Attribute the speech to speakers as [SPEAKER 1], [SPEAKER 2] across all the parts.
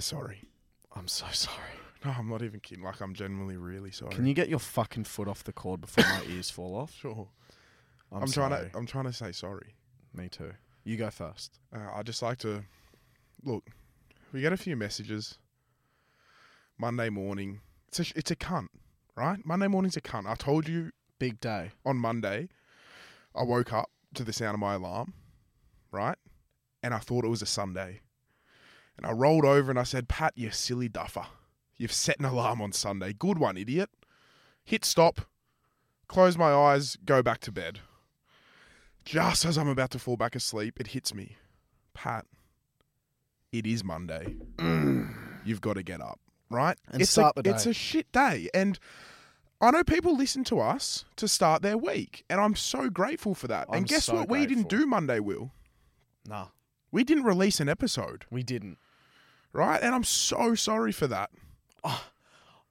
[SPEAKER 1] sorry.
[SPEAKER 2] I'm so sorry.
[SPEAKER 1] No, I'm not even kidding. Like, I'm genuinely really sorry.
[SPEAKER 2] Can you get your fucking foot off the cord before my ears fall off?
[SPEAKER 1] Sure.
[SPEAKER 2] I'm,
[SPEAKER 1] I'm, uh, trying
[SPEAKER 2] sorry.
[SPEAKER 1] to. I'm trying to say sorry.
[SPEAKER 2] Me too. You go first.
[SPEAKER 1] Uh, I just like to look. We get a few messages. Monday morning. It's a, sh- it's a cunt, right? Monday morning's a cunt. I told you
[SPEAKER 2] Big day.
[SPEAKER 1] on Monday, I woke up to the sound of my alarm, right? And I thought it was a Sunday. And I rolled over and I said, Pat, you silly duffer. You've set an alarm on Sunday. Good one, idiot. Hit stop, close my eyes, go back to bed. Just as I'm about to fall back asleep, it hits me. Pat, it is Monday. You've got to get up, right?
[SPEAKER 2] And
[SPEAKER 1] it's
[SPEAKER 2] start
[SPEAKER 1] a,
[SPEAKER 2] the day.
[SPEAKER 1] It's a shit day. And I know people listen to us to start their week, and I'm so grateful for that.
[SPEAKER 2] I'm
[SPEAKER 1] and guess
[SPEAKER 2] so
[SPEAKER 1] what? We didn't
[SPEAKER 2] grateful.
[SPEAKER 1] do Monday, Will.
[SPEAKER 2] Nah,
[SPEAKER 1] We didn't release an episode,
[SPEAKER 2] we didn't.
[SPEAKER 1] right? And I'm so sorry for that.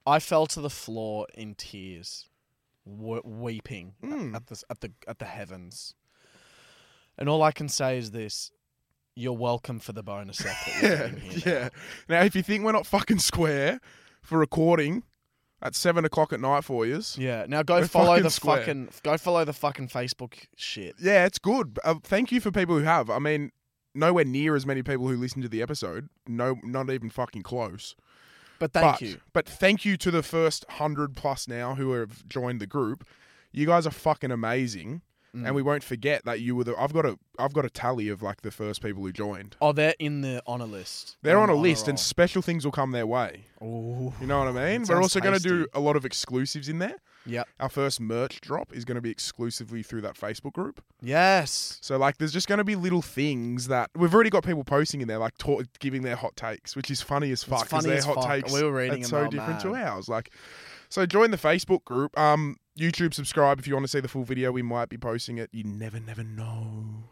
[SPEAKER 2] I fell to the floor in tears, w- weeping at-
[SPEAKER 1] Mm.
[SPEAKER 2] at, the, at the at the heavens. And all I can say is this: You're welcome for the bonus app that you're
[SPEAKER 1] Yeah,
[SPEAKER 2] getting here. now.
[SPEAKER 1] yeah. Now, if you think we're not fucking square for recording at seven o'clock at night for yous,
[SPEAKER 2] yeah. Now go
[SPEAKER 1] We're
[SPEAKER 2] follow
[SPEAKER 1] fucking
[SPEAKER 2] the
[SPEAKER 1] square.
[SPEAKER 2] fucking go follow the fucking Facebook shit.
[SPEAKER 1] yeah, it's good. Uh, thank you for people who have. I mean, nowhere near as many people who listen to the episode. No, not even fucking close.
[SPEAKER 2] But thank
[SPEAKER 1] but,
[SPEAKER 2] you.
[SPEAKER 1] But thank you to the first hundred plus now who have joined the group. You guys are fucking amazing,
[SPEAKER 2] Mm.
[SPEAKER 1] and we won't forget that you were the. I've got a I've got a tally of like the first people who joined.
[SPEAKER 2] Oh, they're in the honor list.
[SPEAKER 1] They're on a
[SPEAKER 2] the honor
[SPEAKER 1] list, and
[SPEAKER 2] roll.
[SPEAKER 1] special things will come their way.
[SPEAKER 2] Ooh.
[SPEAKER 1] You know what I mean? We're
[SPEAKER 2] sounds
[SPEAKER 1] also going to do
[SPEAKER 2] tasty.
[SPEAKER 1] a lot of exclusives in there.
[SPEAKER 2] Yep.
[SPEAKER 1] Our first merch drop is going to be exclusively through that Facebook group.
[SPEAKER 2] Yes.
[SPEAKER 1] So like, there's just going to be little things that we've already got people posting in there, like ta- giving their hot takes, which is funny as fuck. 'cause
[SPEAKER 2] funny
[SPEAKER 1] their
[SPEAKER 2] as
[SPEAKER 1] hot
[SPEAKER 2] fuck.
[SPEAKER 1] takes
[SPEAKER 2] We were reading
[SPEAKER 1] that's
[SPEAKER 2] them,
[SPEAKER 1] so
[SPEAKER 2] oh,
[SPEAKER 1] different to
[SPEAKER 2] man.
[SPEAKER 1] ours. Like, so join the Facebook group. Um, YouTube subscribe if you want to see the full video. We might be posting it. You never, never know.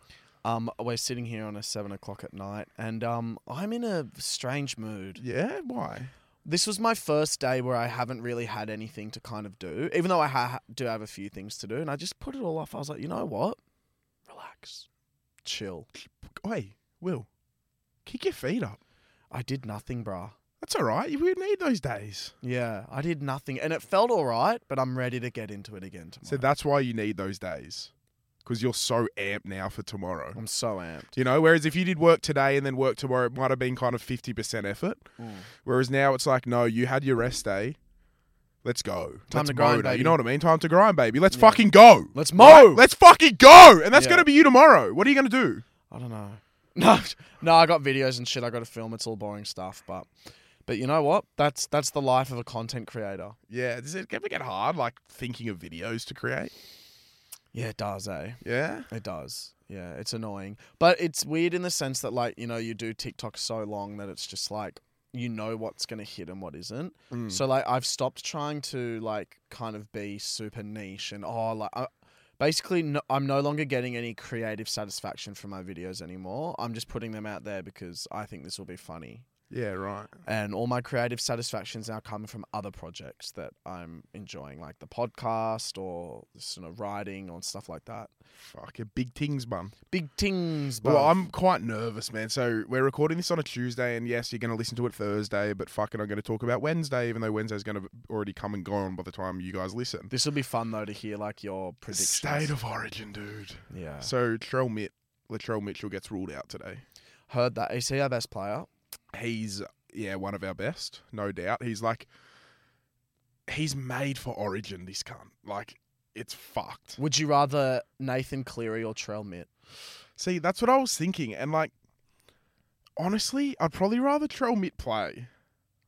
[SPEAKER 2] Um, we're sitting here on a seven o'clock at night, and um, I'm in a strange mood.
[SPEAKER 1] Yeah, why?
[SPEAKER 2] This was my first day where I haven't really had anything to kind of do, even though I ha- do have a few things to do, and I just put it all off. I was like, you know what? Relax, chill.
[SPEAKER 1] Hey, Will, kick your feet up.
[SPEAKER 2] I did nothing, brah.
[SPEAKER 1] That's all right. We need those days.
[SPEAKER 2] Yeah, I did nothing, and it felt all right, but I'm ready to get into it again tomorrow.
[SPEAKER 1] So that's why you need those days, because you're so amped now for tomorrow.
[SPEAKER 2] I'm so amped.
[SPEAKER 1] You know, whereas if you did work today and then work tomorrow, it might have been kind of 50% effort. Whereas now it's like, no, you had your rest day. Let's go.
[SPEAKER 2] Time
[SPEAKER 1] Let's
[SPEAKER 2] to grind,
[SPEAKER 1] motor.
[SPEAKER 2] baby.
[SPEAKER 1] You know what I mean? Time to grind, baby. Let's fucking go.
[SPEAKER 2] Let's mow.
[SPEAKER 1] Let's fucking go. And that's
[SPEAKER 2] Yeah.
[SPEAKER 1] going to be you tomorrow. What are you going to do?
[SPEAKER 2] I don't know. No, no, I got videos and shit. I got to film. It's all boring stuff, but, but you know what? That's that's the life of a content creator.
[SPEAKER 1] Yeah. Does it ever get hard, like thinking of videos to create?
[SPEAKER 2] Yeah, it does, eh?
[SPEAKER 1] Yeah.
[SPEAKER 2] It does. Yeah, it's annoying. But it's weird in the sense that, like, you know, you do TikTok so long that it's just like, you know what's going to hit and what isn't.
[SPEAKER 1] Hmm.
[SPEAKER 2] So, like, I've stopped trying to, like, kind of be super niche and, oh, like, I, basically, no, I'm no longer getting any creative satisfaction from my videos anymore. I'm just putting them out there because I think this will be funny.
[SPEAKER 1] Yeah, right.
[SPEAKER 2] and all my creative satisfactions now come from other projects that I'm enjoying, like the podcast or just, you know writing or stuff like that.
[SPEAKER 1] Fuck, yeah, big things, bun.
[SPEAKER 2] Big things, but
[SPEAKER 1] Well, I'm quite nervous, man. So we're recording this on a Tuesday, and yes, you're going to listen to it Thursday, but fucking, I'm going to talk about Wednesday, even though Wednesday's going to already come and gone by the time you guys listen.
[SPEAKER 2] this will be fun though to hear like your predictions.
[SPEAKER 1] State of origin, dude.
[SPEAKER 2] yeah,
[SPEAKER 1] So Trell Mit, Latrell Mitchell gets ruled out today.
[SPEAKER 2] heard that. Is he our best player?
[SPEAKER 1] He's yeah, one of our best, no doubt. He's like, he's made for origin. This cunt, like, it's fucked.
[SPEAKER 2] Would you rather Nathan Cleary or Trell Mitt?
[SPEAKER 1] See, that's what I was thinking, and like, honestly, I'd probably rather Trell Mitt play.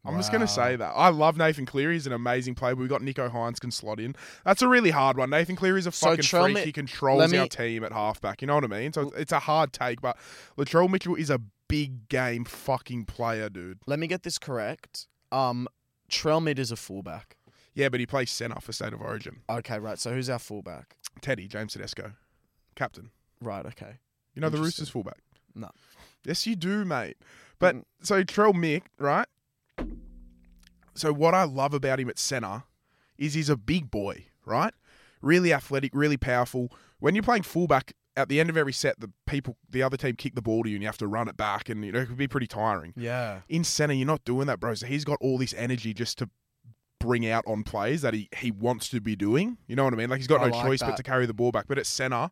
[SPEAKER 1] I'm just gonna
[SPEAKER 2] Wow.
[SPEAKER 1] say that I love Nathan Cleary. He's an amazing player. We got Nico Hines can slot in. That's a really hard one. Nathan Cleary's a
[SPEAKER 2] So
[SPEAKER 1] fucking
[SPEAKER 2] Trell
[SPEAKER 1] freak.
[SPEAKER 2] Mitt-
[SPEAKER 1] he controls
[SPEAKER 2] let me-
[SPEAKER 1] our team at halfback. You know what I mean? So it's a hard take, but Latrell Mitchell is a big game fucking player, dude.
[SPEAKER 2] Let me get this correct. Um, Trell Mitt is a fullback.
[SPEAKER 1] Yeah, but he plays centre for State of Origin.
[SPEAKER 2] Okay, right. So who's our fullback?
[SPEAKER 1] Teddy James Tedesco, captain.
[SPEAKER 2] Right. Okay.
[SPEAKER 1] You know the
[SPEAKER 2] Interesting.
[SPEAKER 1] Roosters fullback.
[SPEAKER 2] No.
[SPEAKER 1] Yes, you do, mate. But
[SPEAKER 2] Mm.
[SPEAKER 1] so Trell Mick, right? So what I love about him at centre is he's a big boy, right? Really athletic, really powerful. When you're playing fullback, at the end of every set, the people, the other team kick the ball to you, and you have to run it back, and you know it could be pretty tiring.
[SPEAKER 2] Yeah.
[SPEAKER 1] In center, you're not doing that, bro. So he's got all this energy just to bring out on plays that he he wants to be doing. You know what I mean? Like he's got
[SPEAKER 2] I
[SPEAKER 1] no
[SPEAKER 2] like
[SPEAKER 1] choice but
[SPEAKER 2] that.
[SPEAKER 1] to carry the ball back. But at center,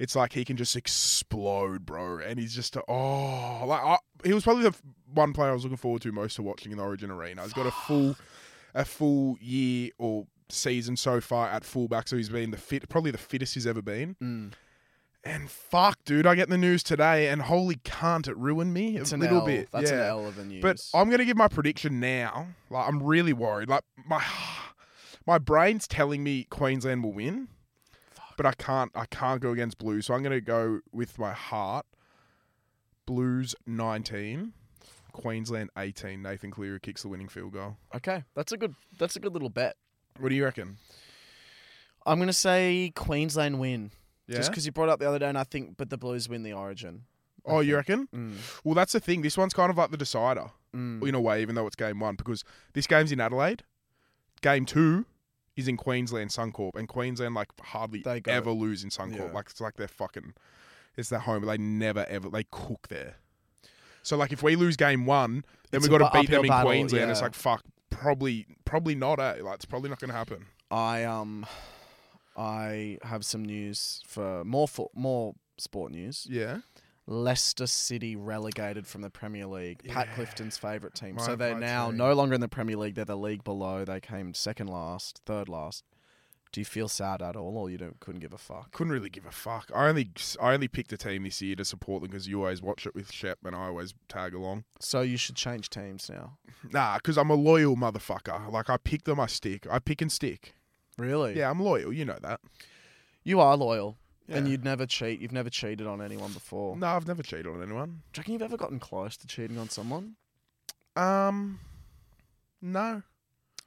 [SPEAKER 1] it's like he can just explode, bro. And he's just oh, like I, he was probably the f- one player I was looking forward to most to watching in the Origin arena. He's got a full a full year or season so far at fullback, so he's been the fit probably the fittest he's ever been.
[SPEAKER 2] Mm.
[SPEAKER 1] And fuck, dude, I get the news today, and holy can't it ruined me
[SPEAKER 2] It's
[SPEAKER 1] a
[SPEAKER 2] an
[SPEAKER 1] little
[SPEAKER 2] L.
[SPEAKER 1] bit.
[SPEAKER 2] That's
[SPEAKER 1] yeah.
[SPEAKER 2] an L of the news.
[SPEAKER 1] But I'm gonna give my prediction now. Like I'm really worried. Like my my brain's telling me Queensland will win,
[SPEAKER 2] Fuck.
[SPEAKER 1] but I can't. I can't go against Blues, so I'm gonna go with my heart. Blues 19, Queensland 18. Nathan Cleary kicks the winning field goal.
[SPEAKER 2] okay, that's a good. That's a good little bet.
[SPEAKER 1] What do you reckon?
[SPEAKER 2] I'm gonna say Queensland win.
[SPEAKER 1] Yeah.
[SPEAKER 2] Just because you brought it up the other day, and I think, but the Blues win the Origin. I
[SPEAKER 1] oh, you reckon?
[SPEAKER 2] Mm.
[SPEAKER 1] Well, that's the thing. This one's kind of like the decider
[SPEAKER 2] Mm.
[SPEAKER 1] in a way, even though it's game one, because this game's in Adelaide. Game two is in Queensland Suncorp, and Queensland like hardly
[SPEAKER 2] They go.
[SPEAKER 1] ever lose in Suncorp.
[SPEAKER 2] Yeah.
[SPEAKER 1] Like it's like they're fucking, it's their home. They never ever they cook there. So like if we lose game one, then
[SPEAKER 2] It's
[SPEAKER 1] we
[SPEAKER 2] a
[SPEAKER 1] got to
[SPEAKER 2] bu-
[SPEAKER 1] beat them
[SPEAKER 2] uphill
[SPEAKER 1] in
[SPEAKER 2] battle,
[SPEAKER 1] Queensland. It's
[SPEAKER 2] yeah.
[SPEAKER 1] like fuck, probably probably not. Eh? Like it's probably not going to happen.
[SPEAKER 2] I um, I have some news for more for more sport news.
[SPEAKER 1] Yeah,
[SPEAKER 2] Leicester City relegated from the Premier League. Pat
[SPEAKER 1] Yeah.
[SPEAKER 2] Clifton's favourite team.
[SPEAKER 1] My-
[SPEAKER 2] so they're
[SPEAKER 1] my
[SPEAKER 2] now
[SPEAKER 1] team.
[SPEAKER 2] no longer in the Premier League. They're the league below. They came second last, third last. Do you feel sad at all, or you don't couldn't give a fuck?
[SPEAKER 1] couldn't really give a fuck. I only I only picked a team this year to support them because you always watch it with Shep and I always tag along.
[SPEAKER 2] So you should change teams now.
[SPEAKER 1] Nah, because I'm a loyal motherfucker. Like I pick them, I stick. I pick and stick.
[SPEAKER 2] Really?
[SPEAKER 1] Yeah, I'm loyal. You know that.
[SPEAKER 2] You are loyal, and
[SPEAKER 1] Yeah.
[SPEAKER 2] you'd never cheat. You've never cheated on anyone before.
[SPEAKER 1] No, I've never cheated on anyone.
[SPEAKER 2] Do you reckon you've ever gotten close to cheating on someone?
[SPEAKER 1] Um, no.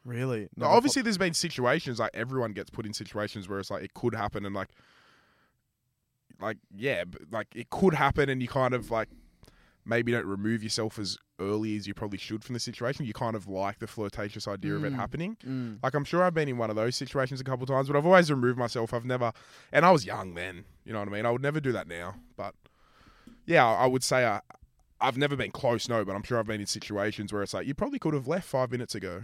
[SPEAKER 2] Really?
[SPEAKER 1] No, obviously, there's been situations like everyone gets put in situations where it's like it could happen, and like, like yeah, but, like it could happen, and you kind of like maybe don't remove yourself as early as you probably should from the situation. You kind of like the flirtatious idea of it
[SPEAKER 2] Mm.
[SPEAKER 1] happening.
[SPEAKER 2] Mm.
[SPEAKER 1] Like I'm sure I've been in one of those situations a couple times, but I've always removed myself. I've never, and I was young then. You know what I mean? I would never do that now. But yeah, I would say I, I've never been close, no. But I'm sure I've been in situations where it's like you probably could have left five minutes ago.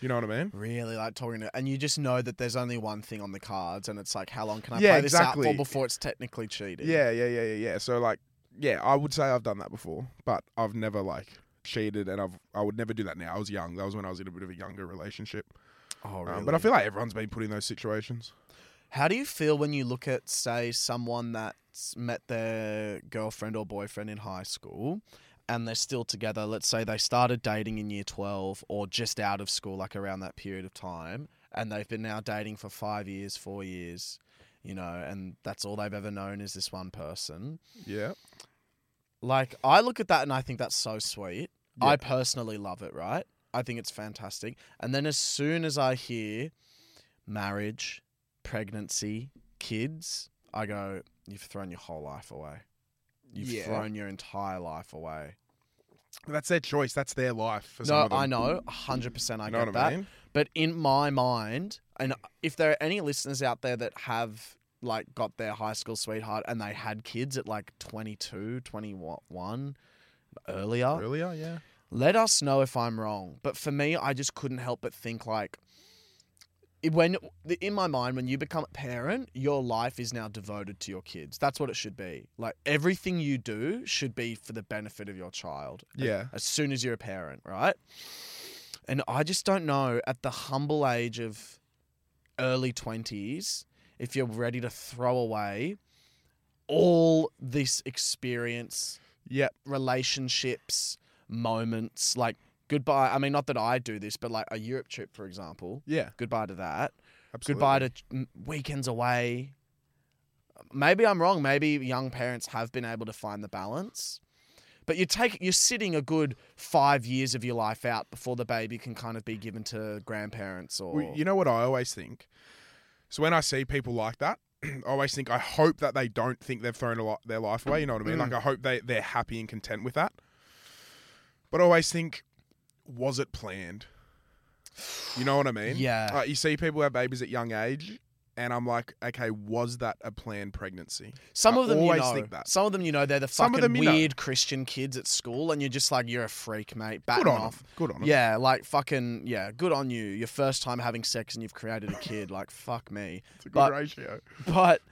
[SPEAKER 1] You know what I mean?
[SPEAKER 2] Really like talking to, and you just know that there's only one thing on the cards, and it's like, how long can I
[SPEAKER 1] Yeah,
[SPEAKER 2] play this out
[SPEAKER 1] exactly.
[SPEAKER 2] for before it's technically cheating?
[SPEAKER 1] Yeah, yeah, yeah, yeah, yeah. So like, yeah, I would say I've done that before, but I've never like cheated, and I've I would never do that now. I was young. That was when I was in a bit of a younger relationship.
[SPEAKER 2] Oh,
[SPEAKER 1] Um,
[SPEAKER 2] really?
[SPEAKER 1] but I feel like everyone's been put in those situations.
[SPEAKER 2] How do you feel when you look at, say, someone that's met their girlfriend or boyfriend in high school and they're still together? Let's say they started dating in year 12 or just out of school, like around that period of time, and they've been now dating for five years, four years, you know, and that's all they've ever known is this one person.
[SPEAKER 1] Yeah.
[SPEAKER 2] Like, I look at that and I think that's so sweet.
[SPEAKER 1] Yeah.
[SPEAKER 2] I personally love it, right? I think it's fantastic. And then as soon as I hear marriage, pregnancy, kids, I go, you've thrown your whole life away. You've
[SPEAKER 1] Yeah.
[SPEAKER 2] thrown your entire life away.
[SPEAKER 1] That's their choice. That's their life. For some
[SPEAKER 2] no,
[SPEAKER 1] of them.
[SPEAKER 2] I know, 100% I
[SPEAKER 1] You know
[SPEAKER 2] get
[SPEAKER 1] what
[SPEAKER 2] that.
[SPEAKER 1] I mean?
[SPEAKER 2] But in my mind, and if there are any listeners out there that have like got their high school sweetheart and they had kids at like 22, 21 earlier,
[SPEAKER 1] Earlier, Oh, yeah.
[SPEAKER 2] let us know if I'm wrong. But for me, I just couldn't help but think like it- when in my mind when you become a parent your life is now devoted to your kids that's what it should be like everything you do should be for the benefit of your child
[SPEAKER 1] Yeah.
[SPEAKER 2] as soon as you're a parent, right? And I just don't know at the humble age of early 20s if you're ready to throw away all this experience,
[SPEAKER 1] Yep.
[SPEAKER 2] relationships, moments. Like, goodbye. I mean, not that I do this, but like a Europe trip, for example,
[SPEAKER 1] Yeah.
[SPEAKER 2] goodbye to that.
[SPEAKER 1] Absolutely.
[SPEAKER 2] Goodbye to mm, weekends away. Maybe I'm wrong. Maybe young parents have been able to find the balance. But you take you're sitting a good five years of your life out before the baby can kind of be given to grandparents or
[SPEAKER 1] Well, you know what I always think? So when I see people like that, I always think I hope that they don't think they've thrown a lot their life away. You know what I mean?
[SPEAKER 2] Mm.
[SPEAKER 1] Like I hope they they're happy and content with that. But I always think, was it planned? You know what I mean?
[SPEAKER 2] yeah
[SPEAKER 1] Like you see people have babies at young age, and I'm like, okay, was that a planned pregnancy?
[SPEAKER 2] Some
[SPEAKER 1] I
[SPEAKER 2] of them you
[SPEAKER 1] always
[SPEAKER 2] know.
[SPEAKER 1] think that.
[SPEAKER 2] Some of them you know they're the
[SPEAKER 1] Some
[SPEAKER 2] fucking
[SPEAKER 1] of them you know.
[SPEAKER 2] weird Christian kids at school, and you're just like you're a freak, mate. Batten
[SPEAKER 1] Good on 'em.
[SPEAKER 2] off.
[SPEAKER 1] Good on 'em.
[SPEAKER 2] Yeah, like fucking yeah. Good on you. Your first time having sex and you've created a kid. like fuck me.
[SPEAKER 1] It's a good
[SPEAKER 2] but-
[SPEAKER 1] ratio.
[SPEAKER 2] But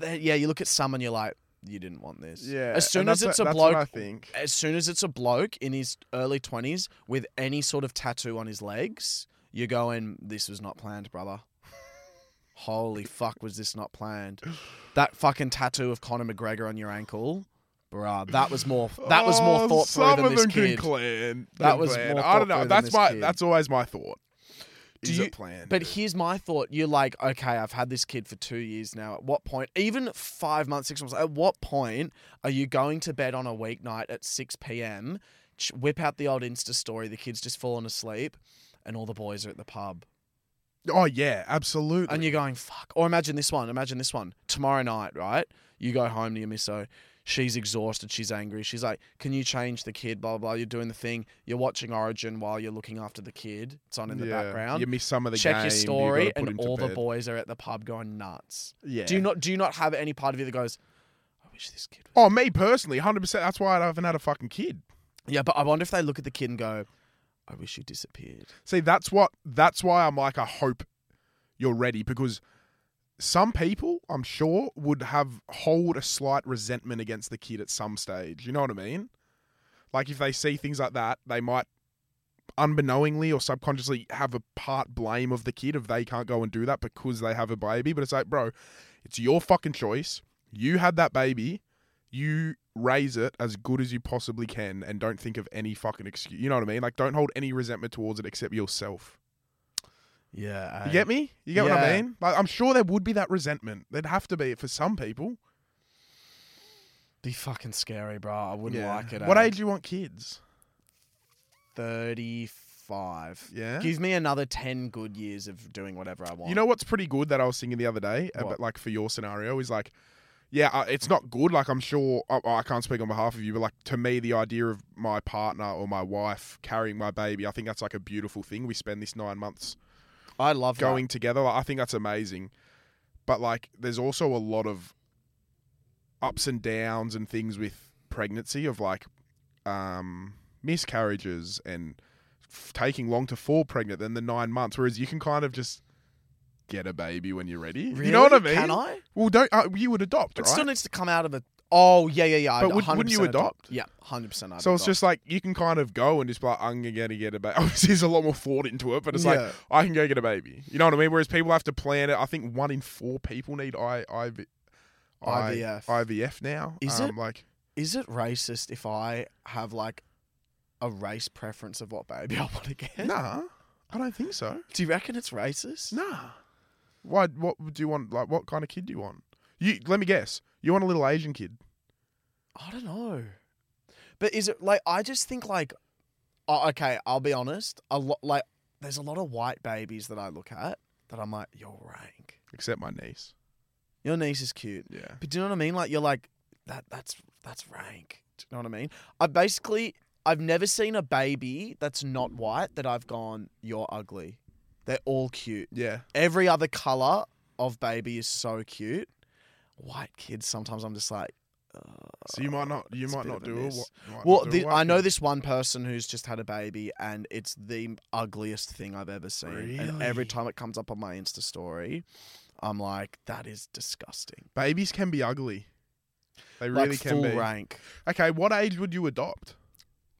[SPEAKER 2] th- yeah, you look at some and you're like, you didn't want this.
[SPEAKER 1] Yeah.
[SPEAKER 2] As soon
[SPEAKER 1] and
[SPEAKER 2] as
[SPEAKER 1] that's
[SPEAKER 2] it's
[SPEAKER 1] what-
[SPEAKER 2] a
[SPEAKER 1] that's what
[SPEAKER 2] bloke,
[SPEAKER 1] I think.
[SPEAKER 2] as soon as it's a bloke in his early twenties with any sort of tattoo on his legs, you're going, this was not planned, brother. Holy fuck, was this not planned? That fucking tattoo of Conor McGregor on your ankle, bruh. That was more. That was more
[SPEAKER 1] Oh,
[SPEAKER 2] thought through
[SPEAKER 1] some
[SPEAKER 2] than
[SPEAKER 1] of
[SPEAKER 2] this
[SPEAKER 1] them
[SPEAKER 2] kid.
[SPEAKER 1] Can plan,
[SPEAKER 2] That
[SPEAKER 1] can
[SPEAKER 2] was
[SPEAKER 1] plan.
[SPEAKER 2] more
[SPEAKER 1] I don't
[SPEAKER 2] thought
[SPEAKER 1] know.
[SPEAKER 2] through than
[SPEAKER 1] That's
[SPEAKER 2] this
[SPEAKER 1] my.
[SPEAKER 2] kid.
[SPEAKER 1] That's always my thought.
[SPEAKER 2] Do
[SPEAKER 1] Is
[SPEAKER 2] you-
[SPEAKER 1] it planned?
[SPEAKER 2] But here's my thought. You're like, okay, I've had this kid for two years now. At what point, even five months, six months, at what point are you going to bed on a weeknight at 6 p.m., ch- whip out the old Insta story, the kid's just fallen asleep, and all the boys are at the pub?
[SPEAKER 1] oh yeah, absolutely.
[SPEAKER 2] And you're going, fuck. Or imagine this one. Imagine this one. Tomorrow night, right? You go home to your misso. She's exhausted. She's angry. She's like, can you change the kid? Blah, blah, blah. You're doing the thing. You're watching Origin while you're looking after the kid. It's on in the
[SPEAKER 1] Yeah,
[SPEAKER 2] background
[SPEAKER 1] You miss some of the
[SPEAKER 2] check
[SPEAKER 1] game, you
[SPEAKER 2] your story,
[SPEAKER 1] gotta put him
[SPEAKER 2] and
[SPEAKER 1] to
[SPEAKER 2] all the
[SPEAKER 1] bed.
[SPEAKER 2] boys are at the pub going nuts.
[SPEAKER 1] Yeah.
[SPEAKER 2] Do you not? Do you not have any part of you that goes, "I wish this kid"? was...
[SPEAKER 1] Oh, me personally, hundred percent. That's why I haven't had a fucking kid.
[SPEAKER 2] Yeah, but I wonder if they look at the kid and go, "I wish you disappeared."
[SPEAKER 1] See, that's what. That's why I'm like, I hope you're ready because some people, I'm sure, would have hold a slight resentment against the kid at some stage. You know what I mean? Like if they see things like that, they might unbeknowingly or subconsciously have a part blame of the kid if they can't go and do that because they have a baby. But it's like, bro, it's your fucking choice. You had that baby. You raise it as good as you possibly can and don't think of any fucking excuse. You know what I mean? Like, don't hold any resentment towards it except yourself.
[SPEAKER 2] Yeah, eh?
[SPEAKER 1] You get me? You get what I
[SPEAKER 2] Yeah.
[SPEAKER 1] mean? Like, I'm sure there would be that resentment. There'd have to be for some people.
[SPEAKER 2] be fucking scary, bro. I wouldn't like it.
[SPEAKER 1] What
[SPEAKER 2] eh?
[SPEAKER 1] age do you want kids?
[SPEAKER 2] Thirty-five.
[SPEAKER 1] Yeah.
[SPEAKER 2] Give me another ten good years of doing whatever I want.
[SPEAKER 1] You know what's pretty good that I was thinking the other day,
[SPEAKER 2] What?
[SPEAKER 1] about like for your scenario, is like, yeah, uh, it's not good. Like, I'm sure I, I can't speak on behalf of you, but like to me, the idea of my partner or my wife carrying my baby, I think that's like a beautiful thing. We spend this nine months
[SPEAKER 2] I love
[SPEAKER 1] going together. Like, I think that's amazing. But like, there's also a lot of ups and downs and things with pregnancy of like um, miscarriages and f- taking long to fall pregnant than the nine months. Whereas you can kind of just get a baby when you're ready.
[SPEAKER 2] That. Really?
[SPEAKER 1] You know what I mean?
[SPEAKER 2] Can I?
[SPEAKER 1] Well, don't uh, you would adopt,
[SPEAKER 2] It
[SPEAKER 1] right?
[SPEAKER 2] still needs to come out of a. Oh yeah, yeah, yeah. I'd
[SPEAKER 1] But would- wouldn't you
[SPEAKER 2] 100%
[SPEAKER 1] adopt?
[SPEAKER 2] Yeah, hundred percent.
[SPEAKER 1] so it's just like you can kind of go and just be like, I'm gonna get a baby. Obviously, there's a lot more thought into it, but it's like
[SPEAKER 2] Yeah.
[SPEAKER 1] I can go get a baby. You know what I mean? Whereas people have to plan it. I think one in four people need I, I, I-
[SPEAKER 2] IVF.
[SPEAKER 1] IVF now.
[SPEAKER 2] Is
[SPEAKER 1] um,
[SPEAKER 2] it?
[SPEAKER 1] like
[SPEAKER 2] is it racist if I have like a race preference of what baby I want to get?
[SPEAKER 1] nah? I don't think so.
[SPEAKER 2] Do you reckon it's racist?
[SPEAKER 1] Nah. Why? What do you want? Like, what kind of kid do you want? You let me guess. You want a little Asian kid?
[SPEAKER 2] I don't know. But is it like I just think like oh, okay, I'll be honest, a lot like there's a lot of white babies that I look at that I'm like you're rank.
[SPEAKER 1] Except my niece.
[SPEAKER 2] Your niece is cute.
[SPEAKER 1] Yeah.
[SPEAKER 2] But do you know what I mean? Like you're like that that's that's rank. Do you know what I mean? I basically I've never seen a baby that's not white that I've gone you're ugly. They're all cute.
[SPEAKER 1] Yeah.
[SPEAKER 2] every other color of baby is so cute. White kids, sometimes I'm just like, uh,
[SPEAKER 1] So you might not. You
[SPEAKER 2] it's a
[SPEAKER 1] might
[SPEAKER 2] bit
[SPEAKER 1] not
[SPEAKER 2] of a
[SPEAKER 1] do a.
[SPEAKER 2] miss.
[SPEAKER 1] wh- might not
[SPEAKER 2] well,
[SPEAKER 1] do a
[SPEAKER 2] the,
[SPEAKER 1] white
[SPEAKER 2] I know
[SPEAKER 1] kid.
[SPEAKER 2] this one person who's just had a baby, and it's the ugliest thing I've ever seen. And
[SPEAKER 1] Really?
[SPEAKER 2] every time it comes up on my Insta story, I'm like, that is disgusting.
[SPEAKER 1] Babies can be ugly. They really
[SPEAKER 2] like
[SPEAKER 1] can
[SPEAKER 2] full
[SPEAKER 1] be.
[SPEAKER 2] rank,
[SPEAKER 1] Okay, what age would you adopt?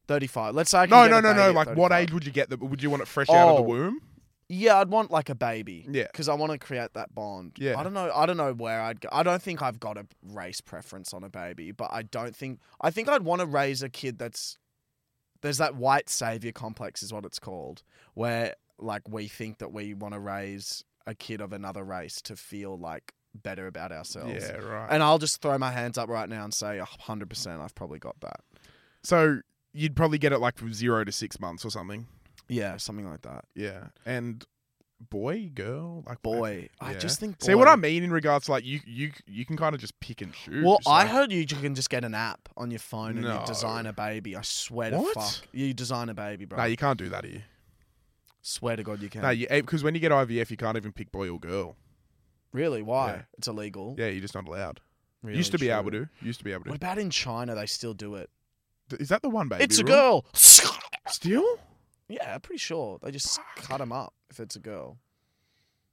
[SPEAKER 2] thirty-five. Let's say I can
[SPEAKER 1] No,
[SPEAKER 2] get
[SPEAKER 1] no,
[SPEAKER 2] a
[SPEAKER 1] no,
[SPEAKER 2] baby
[SPEAKER 1] no.
[SPEAKER 2] at
[SPEAKER 1] Like, what
[SPEAKER 2] 35.
[SPEAKER 1] age would you get them? Would you want it fresh out of the
[SPEAKER 2] Oh.
[SPEAKER 1] womb?
[SPEAKER 2] Yeah, I'd want like a baby.
[SPEAKER 1] Yeah.
[SPEAKER 2] Because I want to create that bond.
[SPEAKER 1] Yeah.
[SPEAKER 2] I don't know. I don't know where I'd go. I don't think I've got a race preference on a baby, but I don't think. I think I'd want to raise a kid that's. There's that white savior complex, is what it's called, where like we think that we want to raise a kid of another race to feel like better about ourselves.
[SPEAKER 1] Yeah, right.
[SPEAKER 2] And I'll just throw my hands up right now and say 100% I've probably got that.
[SPEAKER 1] so you'd probably get it like from zero to six months or something.
[SPEAKER 2] Yeah, something like that.
[SPEAKER 1] Yeah, and boy, girl, like what-
[SPEAKER 2] Boy, I
[SPEAKER 1] Yeah.
[SPEAKER 2] just think.
[SPEAKER 1] See what I
[SPEAKER 2] boy-
[SPEAKER 1] mean in regards to like you, you, you can kind of just pick and choose.
[SPEAKER 2] Well, I
[SPEAKER 1] like-
[SPEAKER 2] heard you j- can just get an app on your phone and
[SPEAKER 1] No.
[SPEAKER 2] you design a baby. I swear
[SPEAKER 1] What?
[SPEAKER 2] to fuck, you design a baby, bro.
[SPEAKER 1] No, you can't do that here. eh,
[SPEAKER 2] swear to God, you can.
[SPEAKER 1] No, you because when you get IVF, you can't even pick boy or girl.
[SPEAKER 2] Really? Why?
[SPEAKER 1] Yeah.
[SPEAKER 2] It's illegal.
[SPEAKER 1] Yeah, you're just not allowed.
[SPEAKER 2] Really
[SPEAKER 1] used to be
[SPEAKER 2] true.
[SPEAKER 1] able to. Used to be able to.
[SPEAKER 2] What about in China? They still do it.
[SPEAKER 1] Th- Is that the one, baby?
[SPEAKER 2] it's a
[SPEAKER 1] rule?
[SPEAKER 2] girl.
[SPEAKER 1] Still?
[SPEAKER 2] yeah, I'm pretty sure they just
[SPEAKER 1] Fuck.
[SPEAKER 2] cut him up if it's a girl.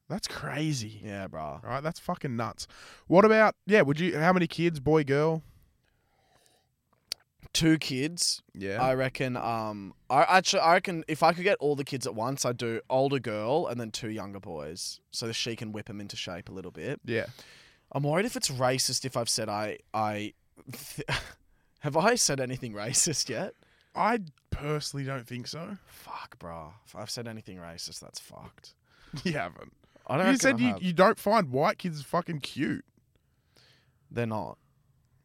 [SPEAKER 1] That's crazy.
[SPEAKER 2] Yeah, brah.
[SPEAKER 1] Right, that's fucking nuts. What about yeah? Would you? How many kids? Boy, girl?
[SPEAKER 2] Two kids.
[SPEAKER 1] Yeah.
[SPEAKER 2] I reckon. Um, I actually, I reckon if I could get all the kids at once, I'd do older girl and then two younger boys, so that she can whip them into shape a little bit.
[SPEAKER 1] yeah.
[SPEAKER 2] I'm worried if it's racist if I've said I, I, have I said anything racist yet?
[SPEAKER 1] I personally don't think so.
[SPEAKER 2] Fuck, brah. If I've said anything racist, that's fucked.
[SPEAKER 1] You haven't.
[SPEAKER 2] I
[SPEAKER 1] You
[SPEAKER 2] don't. reckon
[SPEAKER 1] said
[SPEAKER 2] I
[SPEAKER 1] you,
[SPEAKER 2] have.
[SPEAKER 1] you don't find white kids fucking cute.
[SPEAKER 2] They're not.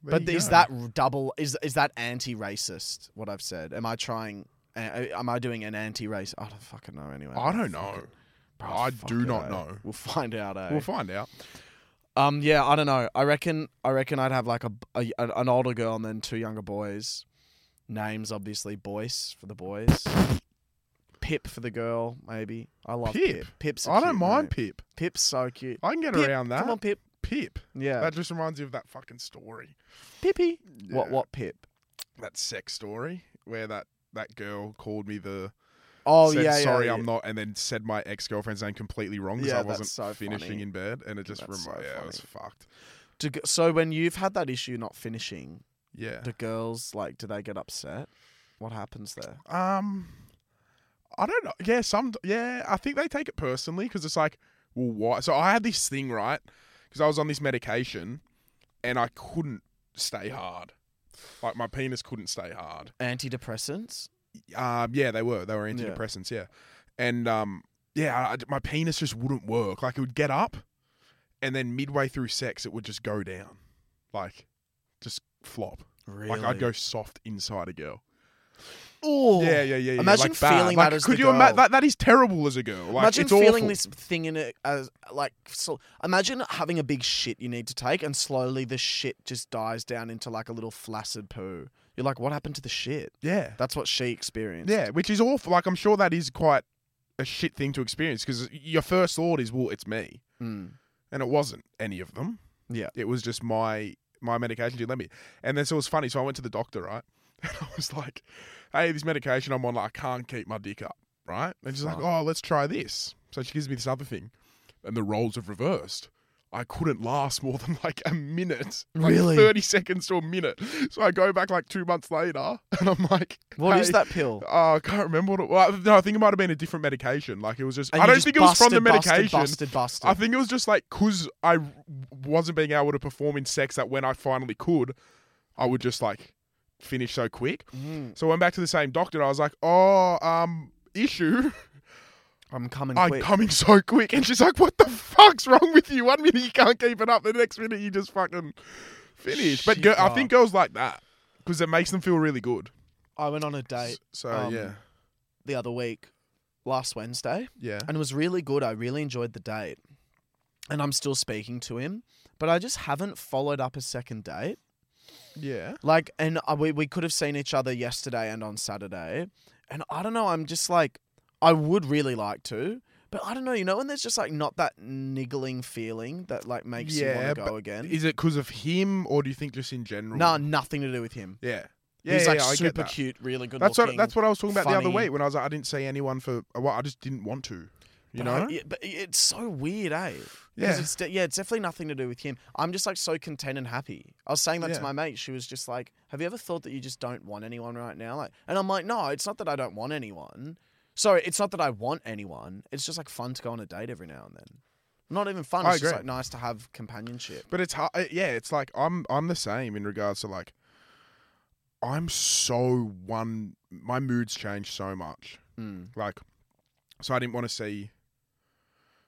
[SPEAKER 1] There
[SPEAKER 2] But
[SPEAKER 1] you
[SPEAKER 2] is
[SPEAKER 1] go.
[SPEAKER 2] that r- double? Is is that anti-racist? What I've said? Am I trying? uh, Am I doing an anti-race? I don't fucking know. Anyway,
[SPEAKER 1] I don't know.
[SPEAKER 2] Bro,
[SPEAKER 1] I
[SPEAKER 2] fuck
[SPEAKER 1] do
[SPEAKER 2] it,
[SPEAKER 1] not
[SPEAKER 2] eh?
[SPEAKER 1] know.
[SPEAKER 2] We'll find out. Eh?
[SPEAKER 1] We'll find out.
[SPEAKER 2] um, yeah, I don't know. I reckon. I reckon I'd have like a, a an older girl and then two younger boys. Names obviously Boyce for the boys. Pip for the girl, maybe. I love Pip.
[SPEAKER 1] Pip?
[SPEAKER 2] Pip's. a
[SPEAKER 1] I don't
[SPEAKER 2] cute
[SPEAKER 1] mind
[SPEAKER 2] name.
[SPEAKER 1] Pip.
[SPEAKER 2] Pip's so cute.
[SPEAKER 1] I can get
[SPEAKER 2] Pip,
[SPEAKER 1] around that.
[SPEAKER 2] Come on, Pip.
[SPEAKER 1] Pip.
[SPEAKER 2] Yeah.
[SPEAKER 1] That just reminds you of that fucking story.
[SPEAKER 2] Pippy. What?
[SPEAKER 1] Yeah.
[SPEAKER 2] What? Pip.
[SPEAKER 1] That sex story where that that girl called me the
[SPEAKER 2] Oh
[SPEAKER 1] said,
[SPEAKER 2] yeah. yeah,
[SPEAKER 1] sorry
[SPEAKER 2] yeah.
[SPEAKER 1] I'm not and then said my ex girlfriend's name completely wrong because
[SPEAKER 2] Yeah,
[SPEAKER 1] I
[SPEAKER 2] that's
[SPEAKER 1] wasn't
[SPEAKER 2] so
[SPEAKER 1] finishing
[SPEAKER 2] funny.
[SPEAKER 1] in bed and it just
[SPEAKER 2] That's
[SPEAKER 1] reminded
[SPEAKER 2] so
[SPEAKER 1] yeah, it was
[SPEAKER 2] funny.
[SPEAKER 1] fucked.
[SPEAKER 2] Do, g- so when you've had that issue not finishing,
[SPEAKER 1] Yeah.
[SPEAKER 2] do girls like do they get upset? What happens there?
[SPEAKER 1] Um, I don't know. Yeah, some. Yeah, I think they take it personally because it's like, well, why? So I had this thing right because I was on this medication and I couldn't stay hard. Like my penis couldn't stay hard.
[SPEAKER 2] Antidepressants.
[SPEAKER 1] Um, yeah, they were. They were
[SPEAKER 2] Yeah.
[SPEAKER 1] antidepressants. Yeah, and um, yeah, I, my penis just wouldn't work. Like it would get up, and then midway through sex, it would just go down, like just flop.
[SPEAKER 2] Really?
[SPEAKER 1] Like I'd go soft inside a girl.
[SPEAKER 2] Oh.
[SPEAKER 1] Yeah, yeah, yeah. yeah.
[SPEAKER 2] Imagine
[SPEAKER 1] like bad.
[SPEAKER 2] feeling
[SPEAKER 1] like,
[SPEAKER 2] that as
[SPEAKER 1] could
[SPEAKER 2] the
[SPEAKER 1] you imagine
[SPEAKER 2] girl.
[SPEAKER 1] that? That is terrible as a girl. Like,
[SPEAKER 2] imagine
[SPEAKER 1] it's
[SPEAKER 2] feeling
[SPEAKER 1] awful.
[SPEAKER 2] this thing in it as like so. Imagine having a big shit you need to take, and slowly the shit just dies down into like a little flaccid poo. You're like, what happened to the shit?
[SPEAKER 1] Yeah,
[SPEAKER 2] That's what she experienced.
[SPEAKER 1] yeah, which is awful. Like I'm sure that is quite a shit thing to experience because your first thought is, "Well, it's me,"
[SPEAKER 2] Mm.
[SPEAKER 1] and it wasn't any of them.
[SPEAKER 2] Yeah.
[SPEAKER 1] it was just my my medication didn't let me. And then so it was funny. So I went to the doctor, right? And I was like, "Hey, this medication I'm on, like, I can't keep my dick up." Right? And she's like,
[SPEAKER 2] Fuck.
[SPEAKER 1] "Oh, let's try this." So she gives me this other thing, and the roles have reversed. I couldn't last more than like a minute. like
[SPEAKER 2] Really?
[SPEAKER 1] 30 seconds to a minute. So I go back like two months later and I'm like,
[SPEAKER 2] What is
[SPEAKER 1] "Hey,
[SPEAKER 2] that pill?
[SPEAKER 1] Oh, I can't remember what it was. No, I think it might have been a different medication. Like it was just,
[SPEAKER 2] And
[SPEAKER 1] I
[SPEAKER 2] you
[SPEAKER 1] don't
[SPEAKER 2] just
[SPEAKER 1] think it was from the
[SPEAKER 2] busted, busted,
[SPEAKER 1] medication.
[SPEAKER 2] Busted, busted,
[SPEAKER 1] I think it was just like, because I w- wasn't being able to perform in sex that when I finally could, I would just like finish so quick.
[SPEAKER 2] Mm.
[SPEAKER 1] So I went back to the same doctor. I was like, oh, um, issue.
[SPEAKER 2] I'm coming
[SPEAKER 1] I'm
[SPEAKER 2] quick.
[SPEAKER 1] coming so quick. And she's like, what the fuck's wrong with you? One minute you can't keep it up, the next minute you just fucking finish. But
[SPEAKER 2] Shit
[SPEAKER 1] girl,
[SPEAKER 2] Oh.
[SPEAKER 1] I
[SPEAKER 2] up.
[SPEAKER 1] think girls like that because it makes them feel really good.
[SPEAKER 2] I went on a date
[SPEAKER 1] So
[SPEAKER 2] um,
[SPEAKER 1] yeah,
[SPEAKER 2] the other week, last Wednesday.
[SPEAKER 1] yeah.
[SPEAKER 2] and it was really good. I really enjoyed the date, and I'm still speaking to him, but I just haven't followed up a second date.
[SPEAKER 1] Yeah.
[SPEAKER 2] Like, and I, we we could have seen each other yesterday and on Saturday, and I don't know. I'm just like, I would really like to. But I don't know, you know, when there's just like not that niggling feeling that like makes you
[SPEAKER 1] Yeah,
[SPEAKER 2] want to go
[SPEAKER 1] but
[SPEAKER 2] again.
[SPEAKER 1] Is it because of him, or do you think just in general?
[SPEAKER 2] Nah, nothing to do with him.
[SPEAKER 1] Yeah. Yeah.
[SPEAKER 2] He's
[SPEAKER 1] yeah,
[SPEAKER 2] like
[SPEAKER 1] yeah, I get
[SPEAKER 2] super
[SPEAKER 1] that.
[SPEAKER 2] cute, really good
[SPEAKER 1] That's
[SPEAKER 2] looking.
[SPEAKER 1] what. That's what I was talking about the other
[SPEAKER 2] funny.
[SPEAKER 1] week when I was like, I didn't see anyone for. Well, I just didn't want to. You
[SPEAKER 2] But
[SPEAKER 1] know.
[SPEAKER 2] I- yeah, but it's so weird, eh? 'Cause
[SPEAKER 1] Yeah.
[SPEAKER 2] it's de- yeah, it's definitely nothing to do with him. I'm just like so content and happy. I was saying that
[SPEAKER 1] Yeah.
[SPEAKER 2] to my mate. She was just like, "Have you ever thought that you just don't want anyone right now?" Like, and I'm like, "No, it's not that I don't want anyone. Sorry, it's not that I want anyone. It's just like fun to go on a date every now and then. Not even fun.
[SPEAKER 1] I
[SPEAKER 2] It's just
[SPEAKER 1] agree.
[SPEAKER 2] like nice to have companionship.
[SPEAKER 1] But it's hard. Yeah, it's like I'm. I'm the same in regards to like. I'm so one. My moods change so much.
[SPEAKER 2] Mm.
[SPEAKER 1] Like, so I didn't want to see.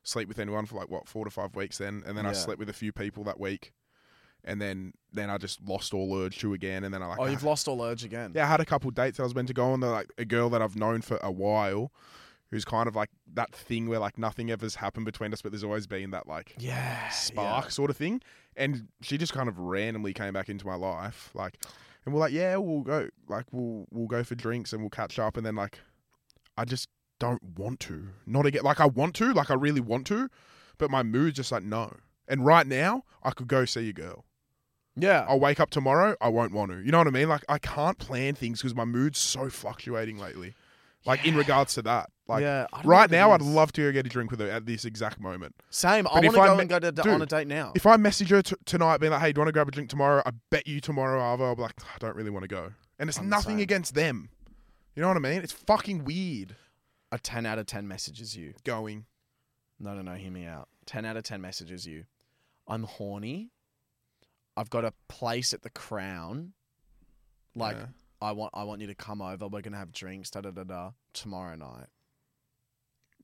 [SPEAKER 1] Sleep with anyone for like what four to five weeks then, and then I
[SPEAKER 2] Yeah.
[SPEAKER 1] slept with a few people that week, and then then I just lost all urge to again, and then I like
[SPEAKER 2] Oh,
[SPEAKER 1] I
[SPEAKER 2] you've lost all urge again.
[SPEAKER 1] Yeah, I had a couple dates that I was meant to go on. They're like a girl that I've known for a while, who's kind of like that thing where like nothing ever's happened between us, but there's always been that like
[SPEAKER 2] Yeah, yeah.
[SPEAKER 1] spark sort of thing. And she just kind of randomly came back into my life, like, and we're like, yeah, we'll go, like, we'll we'll go for drinks and we'll catch up, and then like, I just don't want to, not again. Like I want to, like I really want to, but my mood's just like no. And right now, I could go see a girl.
[SPEAKER 2] Yeah.
[SPEAKER 1] I'll wake up tomorrow, I won't want to. You know what I mean? Like I can't plan things because my mood's so fluctuating lately. Like in regards to that. Like
[SPEAKER 2] yeah. I don't know
[SPEAKER 1] right
[SPEAKER 2] what it
[SPEAKER 1] now I'd
[SPEAKER 2] is.
[SPEAKER 1] love to go get a drink with her at this exact moment.
[SPEAKER 2] Same. I
[SPEAKER 1] but
[SPEAKER 2] want
[SPEAKER 1] if
[SPEAKER 2] to go
[SPEAKER 1] I
[SPEAKER 2] and go to,
[SPEAKER 1] dude,
[SPEAKER 2] on a date now.
[SPEAKER 1] If I message her t- tonight being like, "Hey, do you want to grab a drink tomorrow?" I bet you tomorrow Arvo, I'll be like, "I don't really want to go." And it's
[SPEAKER 2] I'm the
[SPEAKER 1] nothing
[SPEAKER 2] same.
[SPEAKER 1] against them. You know what I mean? It's fucking weird
[SPEAKER 2] a 10 out of 10 messages you.
[SPEAKER 1] going.
[SPEAKER 2] No, no, no. Hear me out. 10 out of 10 messages you. I'm horny. I've got a place at the crown. Like,
[SPEAKER 1] Yeah.
[SPEAKER 2] I want I want you to come over. We're going to have drinks, da da da da, tomorrow night.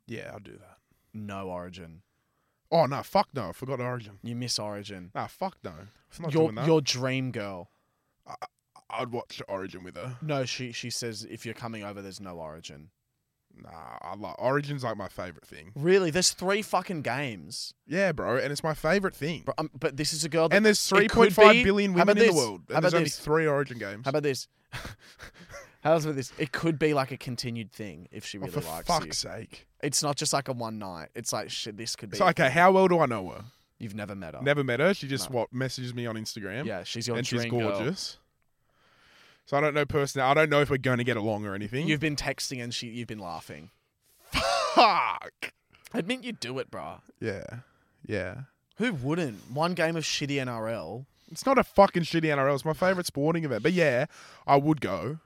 [SPEAKER 1] yeah, I'll do that.
[SPEAKER 2] No origin.
[SPEAKER 1] Oh no, fuck no. I forgot Origin.
[SPEAKER 2] You miss origin.
[SPEAKER 1] Nah, fuck no. I'm not
[SPEAKER 2] Your,
[SPEAKER 1] doing that.
[SPEAKER 2] your dream girl.
[SPEAKER 1] I'd watch Origin with her.
[SPEAKER 2] No, she she says if you're coming over, there's no origin.
[SPEAKER 1] Nah, I like Origin's like my favorite thing.
[SPEAKER 2] Really, there's three fucking games.
[SPEAKER 1] Yeah, bro, and it's my favorite thing.
[SPEAKER 2] But, um, but this is a girl. That,
[SPEAKER 1] and there's
[SPEAKER 2] it could
[SPEAKER 1] 3.5
[SPEAKER 2] be-
[SPEAKER 1] billion
[SPEAKER 2] how
[SPEAKER 1] women
[SPEAKER 2] about
[SPEAKER 1] in the
[SPEAKER 2] this?
[SPEAKER 1] world.
[SPEAKER 2] How
[SPEAKER 1] And
[SPEAKER 2] about
[SPEAKER 1] there's only
[SPEAKER 2] this?
[SPEAKER 1] three Origin games. Oh,
[SPEAKER 2] how about this? How else about this? It could be like a continued thing if she
[SPEAKER 1] Oh,
[SPEAKER 2] really
[SPEAKER 1] for
[SPEAKER 2] likes you.
[SPEAKER 1] fuck's sake.
[SPEAKER 2] It's not just like a one night. It's like shit. This could be.
[SPEAKER 1] So, okay, how well do I know her?
[SPEAKER 2] You've never met her.
[SPEAKER 1] Never met her. She just,
[SPEAKER 2] Oh. No.
[SPEAKER 1] what, messages me on Instagram.
[SPEAKER 2] Yeah, she's your
[SPEAKER 1] And
[SPEAKER 2] dream
[SPEAKER 1] she's
[SPEAKER 2] girl.
[SPEAKER 1] gorgeous. So I don't know personally. I don't know if we're going to get along or anything.
[SPEAKER 2] You've been texting and she. You've been laughing.
[SPEAKER 1] Fuck.
[SPEAKER 2] Admit you do it, bruh.
[SPEAKER 1] Yeah. Yeah.
[SPEAKER 2] Who wouldn't? One game of shitty NRL.
[SPEAKER 1] It's not a fucking shitty NRL. It's my favorite sporting event. But yeah, I would go.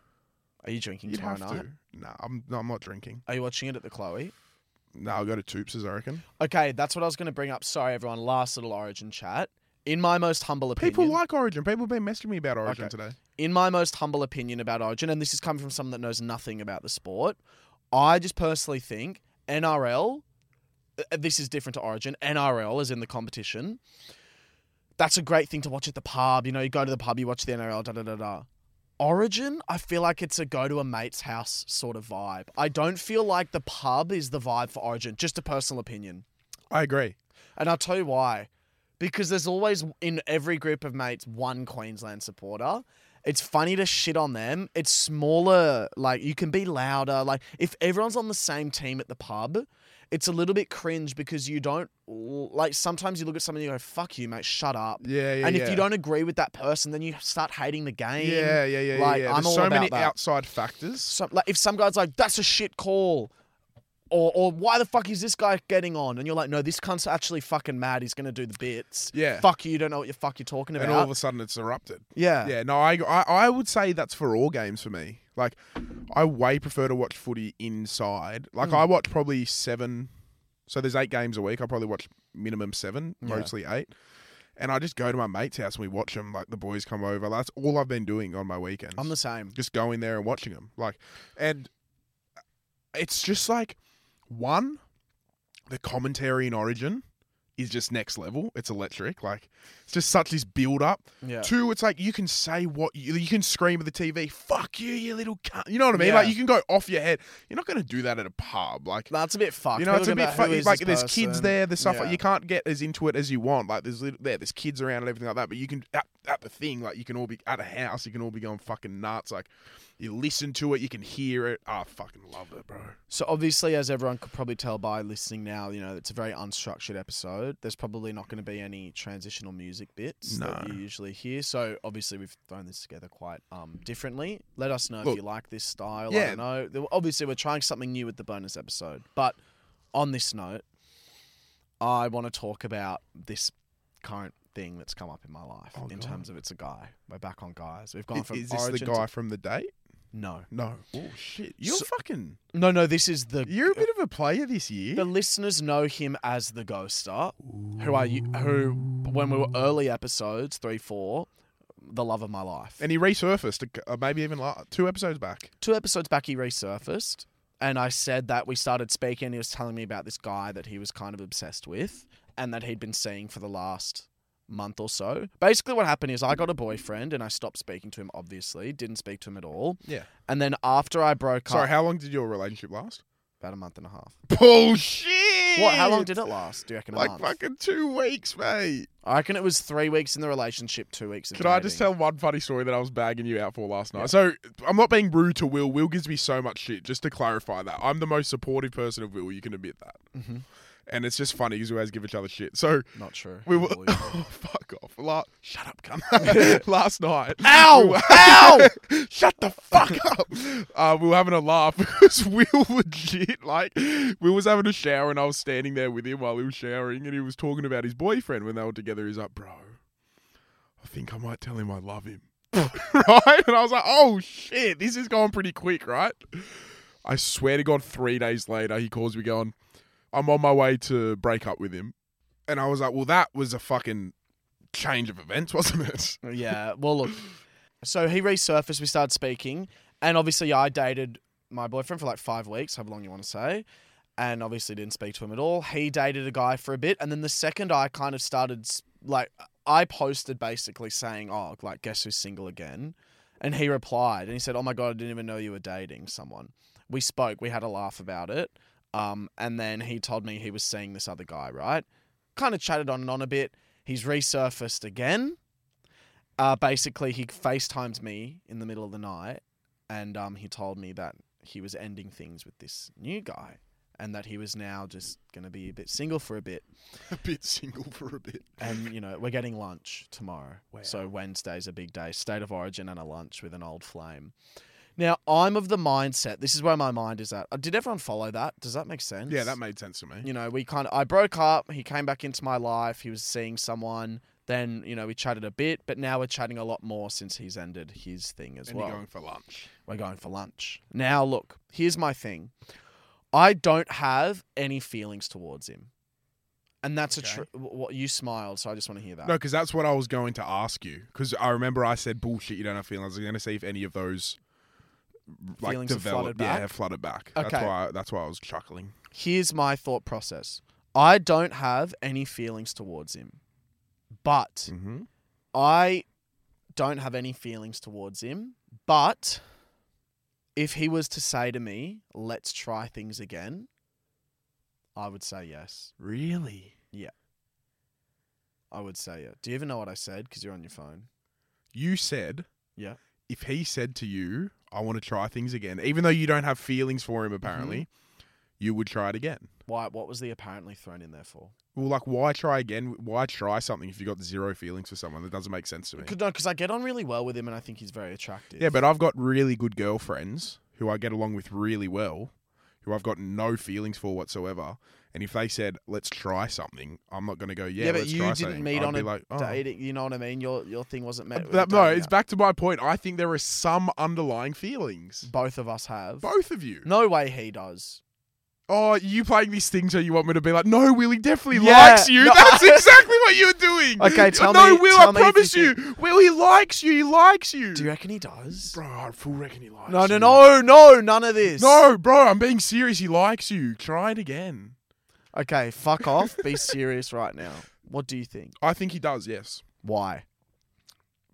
[SPEAKER 2] Are you drinking
[SPEAKER 1] You'd
[SPEAKER 2] tomorrow
[SPEAKER 1] have
[SPEAKER 2] night?
[SPEAKER 1] to. Nah, I'm, no, I'm not drinking.
[SPEAKER 2] Are you watching it at the Chloe?
[SPEAKER 1] Nah, I'll go to Toops, I reckon.
[SPEAKER 2] Okay, that's what I was going to bring up. Sorry, everyone. Last little Origin chat. In my most humble opinion,
[SPEAKER 1] People like Origin. People have been messaging me about Origin
[SPEAKER 2] Okay.
[SPEAKER 1] today.
[SPEAKER 2] in my most humble opinion about Origin, and this is coming from someone that knows nothing about the sport, I just personally think NRL, uh, this is different to Origin, NRL is in the competition. That's a great thing to watch at the pub. You know, you go to the pub, you watch the NRL, da da da da. Origin, I feel like it's a go to a mate's house sort of vibe. I don't feel like the pub is the vibe for Origin, just a personal opinion.
[SPEAKER 1] I agree.
[SPEAKER 2] And I'll tell you why. Because there's always in every group of mates one Queensland supporter. It's funny to shit on them. It's smaller, like you can be louder. Like if everyone's on the same team at the pub, it's a little bit cringe because you don't like sometimes you look at someone and you go, fuck you, mate, shut up.
[SPEAKER 1] Yeah, yeah.
[SPEAKER 2] and
[SPEAKER 1] yeah.
[SPEAKER 2] if you don't agree with that person, then you start hating the game.
[SPEAKER 1] Yeah, yeah, yeah,
[SPEAKER 2] Like,
[SPEAKER 1] yeah.
[SPEAKER 2] I'm
[SPEAKER 1] There's
[SPEAKER 2] all
[SPEAKER 1] so
[SPEAKER 2] about
[SPEAKER 1] many
[SPEAKER 2] that.
[SPEAKER 1] outside factors.
[SPEAKER 2] Some, like if some guy's like, "That's a shit call," or or "Why the fuck is this guy getting on?" and you're like, "No, this cunt's actually fucking mad. He's gonna do the bits."
[SPEAKER 1] Yeah.
[SPEAKER 2] Fuck you. You don't know what you fuck you're talking about.
[SPEAKER 1] And all of a sudden, it's erupted.
[SPEAKER 2] yeah.
[SPEAKER 1] Yeah, no, I, I, I would say that's for all games for me. Like, I way prefer to watch footy inside. Like,
[SPEAKER 2] Mm.
[SPEAKER 1] I watch probably seven. So there's eight games a week. I probably watch minimum seven,
[SPEAKER 2] Yeah.
[SPEAKER 1] mostly eight. And I just go to my mate's house and we watch them. Like the boys come over. That's all I've been doing on my weekends.
[SPEAKER 2] I'm the same.
[SPEAKER 1] just going there and watching them. Like, and it's just like one, the commentary in Origin is just next level. It's electric. Like, it's just such this build up.
[SPEAKER 2] Yeah.
[SPEAKER 1] Two, it's like you can say what you, you can scream at the TV. Fuck you, you little cunt. You know what I mean?
[SPEAKER 2] Yeah.
[SPEAKER 1] Like you can go off your head. You're not going to do that at a pub. Like.
[SPEAKER 2] That's a bit fucked.
[SPEAKER 1] You know,
[SPEAKER 2] People
[SPEAKER 1] it's a
[SPEAKER 2] go,
[SPEAKER 1] bit
[SPEAKER 2] "Who
[SPEAKER 1] funny.
[SPEAKER 2] is
[SPEAKER 1] Like,
[SPEAKER 2] this
[SPEAKER 1] there's kids
[SPEAKER 2] person?"
[SPEAKER 1] there. There's stuff like
[SPEAKER 2] Yeah.
[SPEAKER 1] you can't get as into it as you want. Like, there's little, there, there's kids around and everything like that. But you can at, at the thing, like, you can all be at a house. You can all be going fucking nuts. Like, you listen to it. You can hear it. Ah, I fucking love it, bro.
[SPEAKER 2] So obviously, as everyone could probably tell by listening now, you know it's a very unstructured episode. There's probably not going to be any transitional music bits that
[SPEAKER 1] No.
[SPEAKER 2] you usually hear. So obviously, we've thrown this together quite um, differently. Let us know if
[SPEAKER 1] Look.
[SPEAKER 2] you like this style. I
[SPEAKER 1] Yeah.
[SPEAKER 2] don't know. There- Obviously, we're trying something new with the bonus episode. But on this note, I want to talk about this current thing that's come up in my life
[SPEAKER 1] Oh,
[SPEAKER 2] in
[SPEAKER 1] God.
[SPEAKER 2] terms of it's a guy. We're back on guys. We've gone
[SPEAKER 1] Is,
[SPEAKER 2] from
[SPEAKER 1] is this the
[SPEAKER 2] origin to-
[SPEAKER 1] guy from the date?
[SPEAKER 2] no,
[SPEAKER 1] No. Oh shit. You're
[SPEAKER 2] So-
[SPEAKER 1] fucking.
[SPEAKER 2] no, no. This is the
[SPEAKER 1] You're a bit of a player this year.
[SPEAKER 2] The listeners know him as the Ghoster, who I who when we were early episodes three four, the love of my life.
[SPEAKER 1] and he resurfaced uh, maybe even like two episodes back.
[SPEAKER 2] Two episodes back, he resurfaced, and I said that we started speaking. and He was telling me about this guy that he was kind of obsessed with, and that he'd been seeing for the last month or so. Basically, what happened is I got a boyfriend, and I stopped speaking to him. Obviously, didn't speak to him at all.
[SPEAKER 1] Yeah.
[SPEAKER 2] And then after I broke
[SPEAKER 1] Sorry,
[SPEAKER 2] up,
[SPEAKER 1] how long did your relationship last?
[SPEAKER 2] about a month and a half.
[SPEAKER 1] Bullshit.
[SPEAKER 2] What? How long did it last? Do you reckon? A
[SPEAKER 1] Like
[SPEAKER 2] month?
[SPEAKER 1] fucking two weeks, mate.
[SPEAKER 2] I reckon it was three weeks in the relationship, two weeks. Of
[SPEAKER 1] Can I just
[SPEAKER 2] dating.
[SPEAKER 1] tell one funny story that I was bagging you out for last night?
[SPEAKER 2] Yeah.
[SPEAKER 1] So I'm not being rude to Will. Will gives me so much shit. Just to clarify that, I'm the most supportive person of Will. You can admit that.
[SPEAKER 2] Mhm.
[SPEAKER 1] And it's just funny because we always give each other shit. So
[SPEAKER 2] Not true.
[SPEAKER 1] we were.
[SPEAKER 2] Unbelievable.
[SPEAKER 1] Oh, fuck off. La- Shut up, come. Last night. we
[SPEAKER 2] Ow!
[SPEAKER 1] were-
[SPEAKER 2] Ow!
[SPEAKER 1] Shut the fuck up. Uh, we were having a laugh because we were legit like we was having a shower and I was standing there with him while he was showering and he was talking about his boyfriend when they were together. He's like, bro, I think I might tell him I love him. right? And I was like, oh shit, this is going pretty quick, right? I swear to God, three days later, he calls me going, I'm on my way to break up with him. And I was like, well, that was a fucking change of events, wasn't it?
[SPEAKER 2] yeah. Well, look. So he resurfaced. We started speaking, and obviously I dated my boyfriend for like five weeks, however long you want to say, and obviously didn't speak to him at all. He dated a guy for a bit, and then the second I kind of started s- like I posted basically saying, "Oh, like guess who's single again," and he replied and he said, "Oh my god, I didn't even know you were dating someone." We spoke. We had a laugh about it. Um, and then he told me he was seeing this other guy, right? Kind of chatted on and on a bit. He's resurfaced again uh, basically he FaceTimed me in the middle of the night and um, he told me that he was ending things with this new guy and that he was now just going to be a bit single for a bit.
[SPEAKER 1] a bit single for a bit.
[SPEAKER 2] And, you know, we're getting lunch tomorrow.
[SPEAKER 1] Wow.
[SPEAKER 2] So Wednesday's a big day, state of origin and a lunch with an old flame. Now, I'm of the mindset, this is where my mind is at. Uh, Did everyone follow that? Does that make sense?
[SPEAKER 1] Yeah, that made sense to me.
[SPEAKER 2] you know, we kind of I broke up. He came back into my life. He was seeing someone. Then you know we chatted a bit, but now we're chatting a lot more since he's ended his thing as
[SPEAKER 1] and
[SPEAKER 2] well.
[SPEAKER 1] you're going for lunch.
[SPEAKER 2] we're going for lunch now. Look, here's my thing. I don't have any feelings towards him, and that's
[SPEAKER 1] Okay.
[SPEAKER 2] a tr- wh- what you smiled. So I just want to hear that.
[SPEAKER 1] No, because that's what I was going to ask you. Because I remember I said bullshit. You don't have feelings. I'm going to see if any of those like
[SPEAKER 2] Feelings have
[SPEAKER 1] developed.
[SPEAKER 2] flooded
[SPEAKER 1] yeah,
[SPEAKER 2] back?
[SPEAKER 1] flooded back. That's
[SPEAKER 2] Okay.
[SPEAKER 1] why. that's why I was chuckling.
[SPEAKER 2] here's my thought process. I don't have any feelings towards him, but
[SPEAKER 1] Mm-hmm.
[SPEAKER 2] I don't have any feelings towards him, but if he was to say to me, let's try things again, I would say yes.
[SPEAKER 1] Really?
[SPEAKER 2] I would say it. Do you even know what I said? Because you're on your phone.
[SPEAKER 1] You said.
[SPEAKER 2] Yeah.
[SPEAKER 1] If he said to you, "I want to try things again," even though you don't have feelings for him, apparently,
[SPEAKER 2] Mm-hmm.
[SPEAKER 1] you would try it again.
[SPEAKER 2] Why? What was the apparently thrown in there for?
[SPEAKER 1] Well, like, why try again? Why try something if you got zero feelings for someone? That doesn't make sense to me.
[SPEAKER 2] Cause, no, because I get on really well with him, and I think he's very attractive.
[SPEAKER 1] Yeah, but I've got really good girlfriends who I get along with really well, who I've got no feelings for whatsoever. And if they said, "Let's try something," I'm not going to go. Yeah,
[SPEAKER 2] Yeah, but
[SPEAKER 1] let's
[SPEAKER 2] you
[SPEAKER 1] try
[SPEAKER 2] didn't
[SPEAKER 1] something."
[SPEAKER 2] meet
[SPEAKER 1] I'd
[SPEAKER 2] on
[SPEAKER 1] be
[SPEAKER 2] a
[SPEAKER 1] like, oh.
[SPEAKER 2] dating. You know what I mean? Your your thing wasn't met. with a
[SPEAKER 1] That- no,
[SPEAKER 2] dating
[SPEAKER 1] it's
[SPEAKER 2] app.
[SPEAKER 1] back to my point. I think there are some underlying feelings.
[SPEAKER 2] both of us have.
[SPEAKER 1] Both of you.
[SPEAKER 2] No way he does.
[SPEAKER 1] Oh, you playing this thing so you want me to be like, no, Will, he definitely
[SPEAKER 2] Yeah,
[SPEAKER 1] likes you.
[SPEAKER 2] no,
[SPEAKER 1] That's exactly what you're doing.
[SPEAKER 2] Okay, tell
[SPEAKER 1] no,
[SPEAKER 2] me-
[SPEAKER 1] Will,
[SPEAKER 2] tell
[SPEAKER 1] I
[SPEAKER 2] me if you
[SPEAKER 1] promise you. Will, he likes you. He likes you.
[SPEAKER 2] Do you reckon he does?
[SPEAKER 1] Bro, I full reckon he likes
[SPEAKER 2] No,
[SPEAKER 1] you.
[SPEAKER 2] no, no, no, none of this.
[SPEAKER 1] No, bro, I'm being serious. He likes you. Try it again.
[SPEAKER 2] Okay, fuck off. Be serious right now. What do you think?
[SPEAKER 1] I think he does, yes.
[SPEAKER 2] Why?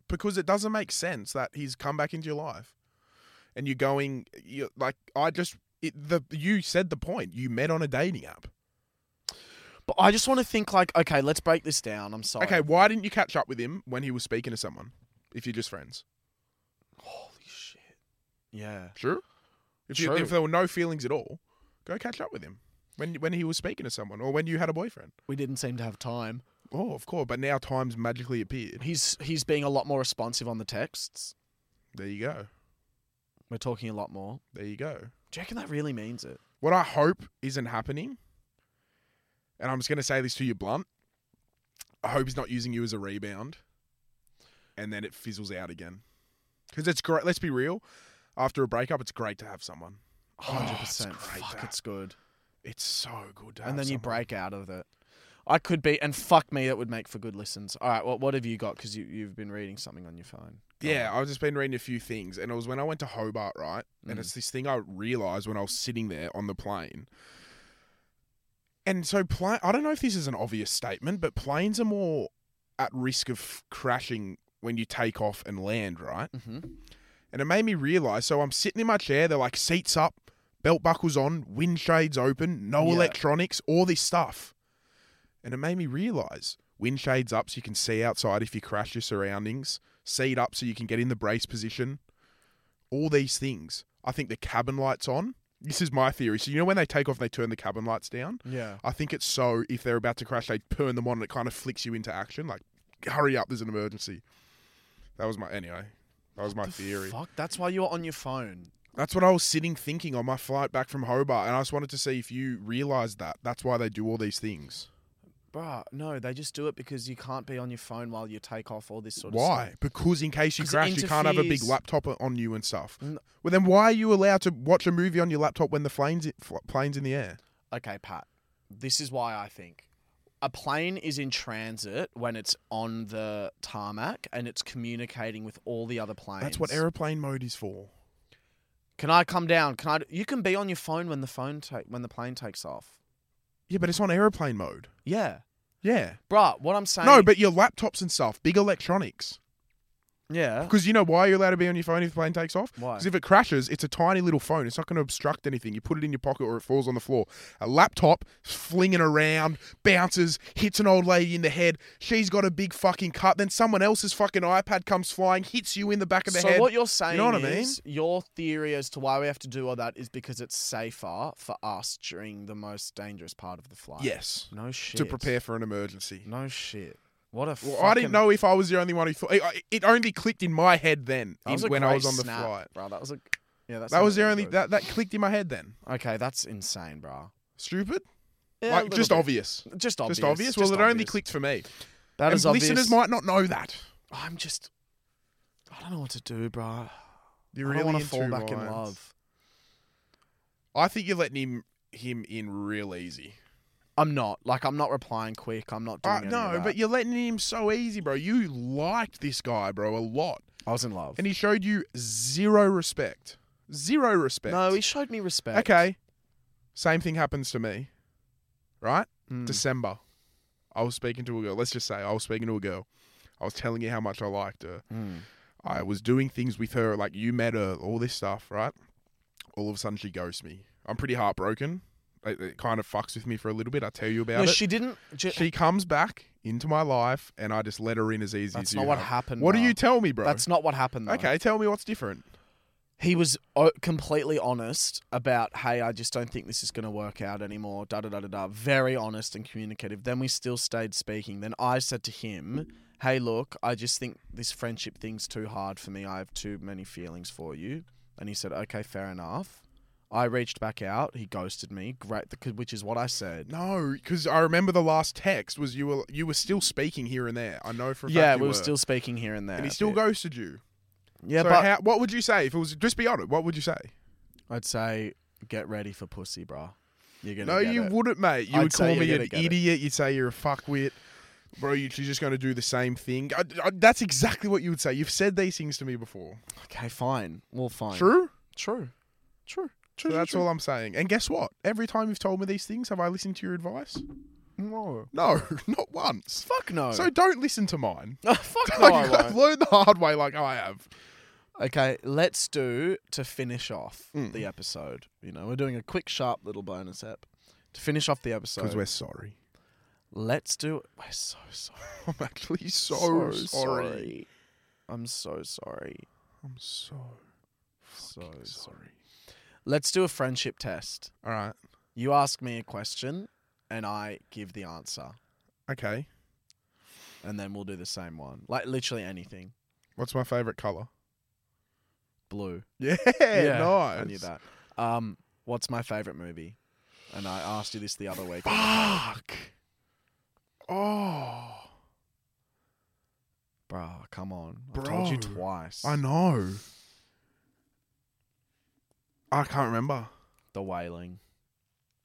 [SPEAKER 1] Because it doesn't make sense that he's come back into your life and you're going, you like, I just, it, the you said the point. You met on a dating app.
[SPEAKER 2] But I just want to think like, okay, let's break this down. I'm sorry.
[SPEAKER 1] Okay, why didn't you catch up with him when he was speaking to someone if you're just friends?
[SPEAKER 2] Holy shit. Yeah.
[SPEAKER 1] True. If, you,
[SPEAKER 2] True.
[SPEAKER 1] if there were no feelings at all, go catch up with him when, when he was speaking to someone or when you had a boyfriend.
[SPEAKER 2] We didn't seem to have time.
[SPEAKER 1] Oh, of course. But now time's magically appeared.
[SPEAKER 2] He's he's being a lot more responsive on the texts.
[SPEAKER 1] There you go.
[SPEAKER 2] We're talking a lot more.
[SPEAKER 1] There you go.
[SPEAKER 2] Do you reckon that really means it?
[SPEAKER 1] what I hope isn't happening, and I'm just going to say this to you blunt, I hope he's not using you as a rebound and then it fizzles out again. Because it's great. Let's be real. After a breakup, it's great to have someone.
[SPEAKER 2] Hundred
[SPEAKER 1] it's
[SPEAKER 2] percent.
[SPEAKER 1] Oh, great,
[SPEAKER 2] Fuck,
[SPEAKER 1] that.
[SPEAKER 2] it's good.
[SPEAKER 1] It's so good to have
[SPEAKER 2] And then you
[SPEAKER 1] someone.
[SPEAKER 2] break out of it. I could be, and fuck me, that would make for good listens. All right, what what have you got? Because you you've been reading something on your phone. Go
[SPEAKER 1] Yeah,
[SPEAKER 2] on.
[SPEAKER 1] I've just been reading a few things, and it was when I went to Hobart, right? And
[SPEAKER 2] Mm.
[SPEAKER 1] it's this thing I realized when I was sitting there on the plane. And so, pla- I don't know if this is an obvious statement, but planes are more at risk of crashing when you take off and land, right?
[SPEAKER 2] Mhm.
[SPEAKER 1] And it made me realize. So I'm sitting in my chair. They're like seats up, belt buckles on, wind shades open, no
[SPEAKER 2] Yeah.
[SPEAKER 1] electronics, all this stuff. And it made me realize wind shades up so you can see outside if you crash your surroundings, seat up so you can get in the brace position, all these things. I think the cabin lights on This is my theory. So you know when they take off and they turn the cabin lights down?
[SPEAKER 2] Yeah.
[SPEAKER 1] I think it's so if they're about to crash, they turn them on and it kind of flicks you into action. Like, hurry up, there's an emergency. That was my anyway. That was my
[SPEAKER 2] The
[SPEAKER 1] theory.
[SPEAKER 2] Fuck, that's why you were on your phone.
[SPEAKER 1] That's what I was sitting thinking on my flight back from Hobart, and I just wanted to see if you realised that. That's why they do all these things.
[SPEAKER 2] Bruh, no, they just do it because you can't be on your phone while you take off all this sort of
[SPEAKER 1] Why? Because in case you
[SPEAKER 2] 'Cause it
[SPEAKER 1] crash, you can't have a big
[SPEAKER 2] interferes.
[SPEAKER 1] laptop on you and stuff.
[SPEAKER 2] N-
[SPEAKER 1] Well, then why are you allowed to watch a movie on your laptop when the plane's fl- plane's in the air?
[SPEAKER 2] Okay, Pat. This is why I think a plane is in transit when it's on the tarmac and it's communicating with all the other planes.
[SPEAKER 1] That's what aeroplane mode is for.
[SPEAKER 2] Can I come down? Can I? You can be on your phone when the phone take when the plane takes off.
[SPEAKER 1] Yeah, but it's on aeroplane mode.
[SPEAKER 2] Yeah,
[SPEAKER 1] Yeah.
[SPEAKER 2] bruh. What I'm saying.
[SPEAKER 1] No, but your laptops and stuff, big electronics.
[SPEAKER 2] yeah.
[SPEAKER 1] Because you know why you're allowed to be on your phone if the plane takes off?
[SPEAKER 2] Why?
[SPEAKER 1] Because if it crashes, it's a tiny little phone. It's not going to obstruct anything. You put it in your pocket or it falls on the floor. A laptop is flinging around, bounces, hits an old lady in the head. She's got a big fucking cut. Then someone else's fucking iPad comes flying, hits you in the back of the
[SPEAKER 2] So
[SPEAKER 1] head.
[SPEAKER 2] what you're saying
[SPEAKER 1] what I mean?
[SPEAKER 2] is your theory as to why we have to do all that is because it's safer for us during the most dangerous part of the flight.
[SPEAKER 1] yes.
[SPEAKER 2] No shit.
[SPEAKER 1] To prepare for an emergency.
[SPEAKER 2] No shit. What a.
[SPEAKER 1] Well, I didn't
[SPEAKER 2] fucking-
[SPEAKER 1] know if I was the only one who thought. It, it only clicked in my head then
[SPEAKER 2] That was
[SPEAKER 1] in-
[SPEAKER 2] a
[SPEAKER 1] when I
[SPEAKER 2] great
[SPEAKER 1] was on the
[SPEAKER 2] snap,
[SPEAKER 1] flight.
[SPEAKER 2] Bro, that was a. Yeah, that's
[SPEAKER 1] That
[SPEAKER 2] not
[SPEAKER 1] was the
[SPEAKER 2] really
[SPEAKER 1] only.
[SPEAKER 2] good.
[SPEAKER 1] That, that clicked in my head then.
[SPEAKER 2] Okay, that's insane, bro.
[SPEAKER 1] Stupid?
[SPEAKER 2] Yeah, a
[SPEAKER 1] like,
[SPEAKER 2] little
[SPEAKER 1] just
[SPEAKER 2] bit.
[SPEAKER 1] obvious.
[SPEAKER 2] Just obvious.
[SPEAKER 1] Just obvious? Well,
[SPEAKER 2] just
[SPEAKER 1] it only
[SPEAKER 2] obvious.
[SPEAKER 1] clicked for me.
[SPEAKER 2] That
[SPEAKER 1] and
[SPEAKER 2] is obvious.
[SPEAKER 1] listeners might not know that.
[SPEAKER 2] I'm just. I don't know what to do, bro.
[SPEAKER 1] You
[SPEAKER 2] I
[SPEAKER 1] really
[SPEAKER 2] don't want
[SPEAKER 1] in
[SPEAKER 2] to fall
[SPEAKER 1] two
[SPEAKER 2] back in
[SPEAKER 1] minds.
[SPEAKER 2] love.
[SPEAKER 1] I think you're letting him him in real easy.
[SPEAKER 2] I'm not. Like, I'm not replying quick. I'm not doing
[SPEAKER 1] Uh,
[SPEAKER 2] any of
[SPEAKER 1] no,
[SPEAKER 2] that.
[SPEAKER 1] but you're letting him so easy, bro. You liked this guy, bro, a lot,
[SPEAKER 2] I was in love.
[SPEAKER 1] and he showed you zero respect. Zero respect.
[SPEAKER 2] No, he showed me respect.
[SPEAKER 1] okay. Same thing happens to me, right?
[SPEAKER 2] Mm.
[SPEAKER 1] December. I was speaking to a girl. Let's just say I was speaking to a girl. I was telling her how much I liked her.
[SPEAKER 2] Mm.
[SPEAKER 1] I was doing things with her, like you met her, all this stuff, right? All of a sudden, she ghosts me. I'm pretty heartbroken. It, it kind of fucks with me for a little bit. I tell you about
[SPEAKER 2] No,
[SPEAKER 1] it.
[SPEAKER 2] she didn't. ju-
[SPEAKER 1] She comes back into my life, and I just let her in as easy as
[SPEAKER 2] that's
[SPEAKER 1] you.
[SPEAKER 2] not what
[SPEAKER 1] have.
[SPEAKER 2] happened.
[SPEAKER 1] What do
[SPEAKER 2] bro.
[SPEAKER 1] you tell me, bro?
[SPEAKER 2] That's not what happened. Though.
[SPEAKER 1] okay. Tell me what's different.
[SPEAKER 2] He was o- completely honest about, hey, I just don't think this is going to work out anymore. Da da da da da. Very honest and communicative. Then we still stayed speaking. Then I said to him, hey, look, I just think this friendship thing's too hard for me. I have too many feelings for you. And he said, okay, fair enough. I reached back out. He ghosted me. Great, th- which is what I said.
[SPEAKER 1] No, because I remember the last text was you were you were still speaking here and there. I know for a fact
[SPEAKER 2] yeah,
[SPEAKER 1] you
[SPEAKER 2] we were
[SPEAKER 1] were.
[SPEAKER 2] still speaking here and there.
[SPEAKER 1] and he
[SPEAKER 2] a
[SPEAKER 1] still
[SPEAKER 2] bit.
[SPEAKER 1] ghosted you.
[SPEAKER 2] Yeah,
[SPEAKER 1] so
[SPEAKER 2] but
[SPEAKER 1] how, what would you say if it was? Just be honest. What would you say?
[SPEAKER 2] I'd say get ready for pussy, bro. You're gonna
[SPEAKER 1] No,
[SPEAKER 2] get
[SPEAKER 1] you
[SPEAKER 2] it.
[SPEAKER 1] wouldn't, mate. You
[SPEAKER 2] I'd
[SPEAKER 1] would call
[SPEAKER 2] say you're
[SPEAKER 1] me
[SPEAKER 2] gonna
[SPEAKER 1] an
[SPEAKER 2] get it.
[SPEAKER 1] idiot. You'd say you're a fuckwit. Bro, you- you're just going to do the same thing. I, I- that's exactly what you would say. You've said these things to me before.
[SPEAKER 2] Okay, fine. Well, fine.
[SPEAKER 1] True?
[SPEAKER 2] True. True.
[SPEAKER 1] So that's all I'm saying. And guess what? Every time you've told me these things, have I listened to your advice?
[SPEAKER 2] No.
[SPEAKER 1] No, not once.
[SPEAKER 2] Fuck no.
[SPEAKER 1] So don't listen to mine.
[SPEAKER 2] No, fuck no.
[SPEAKER 1] Like,
[SPEAKER 2] I
[SPEAKER 1] you guys
[SPEAKER 2] won't.
[SPEAKER 1] learn the hard way like I have.
[SPEAKER 2] Okay, let's do to finish off
[SPEAKER 1] Mm.
[SPEAKER 2] the episode. You know, we're doing a quick, sharp little bonus app to finish off the episode.
[SPEAKER 1] Because we're sorry.
[SPEAKER 2] let's do. We're so sorry.
[SPEAKER 1] I'm actually so, sorry.
[SPEAKER 2] I'm so sorry.
[SPEAKER 1] I'm so,
[SPEAKER 2] So
[SPEAKER 1] fucking
[SPEAKER 2] sorry.
[SPEAKER 1] sorry.
[SPEAKER 2] Let's do a friendship test.
[SPEAKER 1] All right.
[SPEAKER 2] You ask me a question, and I give the answer,
[SPEAKER 1] Okay.
[SPEAKER 2] and then we'll do the same one. Like literally anything.
[SPEAKER 1] What's my favorite color?
[SPEAKER 2] Blue.
[SPEAKER 1] Yeah, nice.
[SPEAKER 2] I knew that. Um, what's my favorite movie? And I asked you this the other week.
[SPEAKER 1] Fuck. Oh,
[SPEAKER 2] Bruh, come on. I told you
[SPEAKER 1] Bro.
[SPEAKER 2] twice.
[SPEAKER 1] I know. I can't remember.
[SPEAKER 2] The Wailing.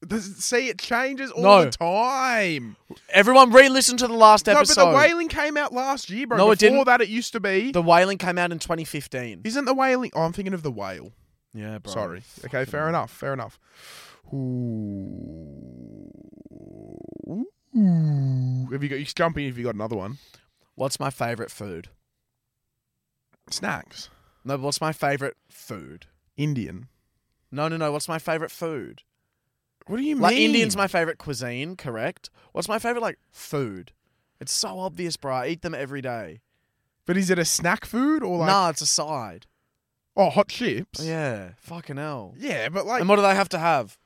[SPEAKER 1] Does it, see, it changes all
[SPEAKER 2] No.
[SPEAKER 1] the time.
[SPEAKER 2] Everyone re-listen to the last episode.
[SPEAKER 1] No, but the whaling came out last year, bro.
[SPEAKER 2] No,
[SPEAKER 1] Before
[SPEAKER 2] it didn't.
[SPEAKER 1] that, it used to be.
[SPEAKER 2] The Wailing came out in 2015.
[SPEAKER 1] Isn't the whaling? Oh, I'm thinking of the whale.
[SPEAKER 2] Yeah, bro.
[SPEAKER 1] Sorry. Okay,
[SPEAKER 2] Fucking
[SPEAKER 1] fair
[SPEAKER 2] hell.
[SPEAKER 1] enough. Fair enough. Ooh. Have you got? You jump in if you got another one.
[SPEAKER 2] What's my favorite food?
[SPEAKER 1] Snacks.
[SPEAKER 2] No, what's my favorite food?
[SPEAKER 1] Indian.
[SPEAKER 2] No, no, no. What's my favorite food?
[SPEAKER 1] What do you
[SPEAKER 2] Like
[SPEAKER 1] mean?
[SPEAKER 2] Indian's my favorite cuisine, correct? What's my favorite like food? It's so obvious, bro. I eat them every day.
[SPEAKER 1] But is it a snack food or like?
[SPEAKER 2] nah, it's a side.
[SPEAKER 1] Oh, hot chips.
[SPEAKER 2] Yeah, fucking hell.
[SPEAKER 1] Yeah, but like
[SPEAKER 2] and what do they have to have?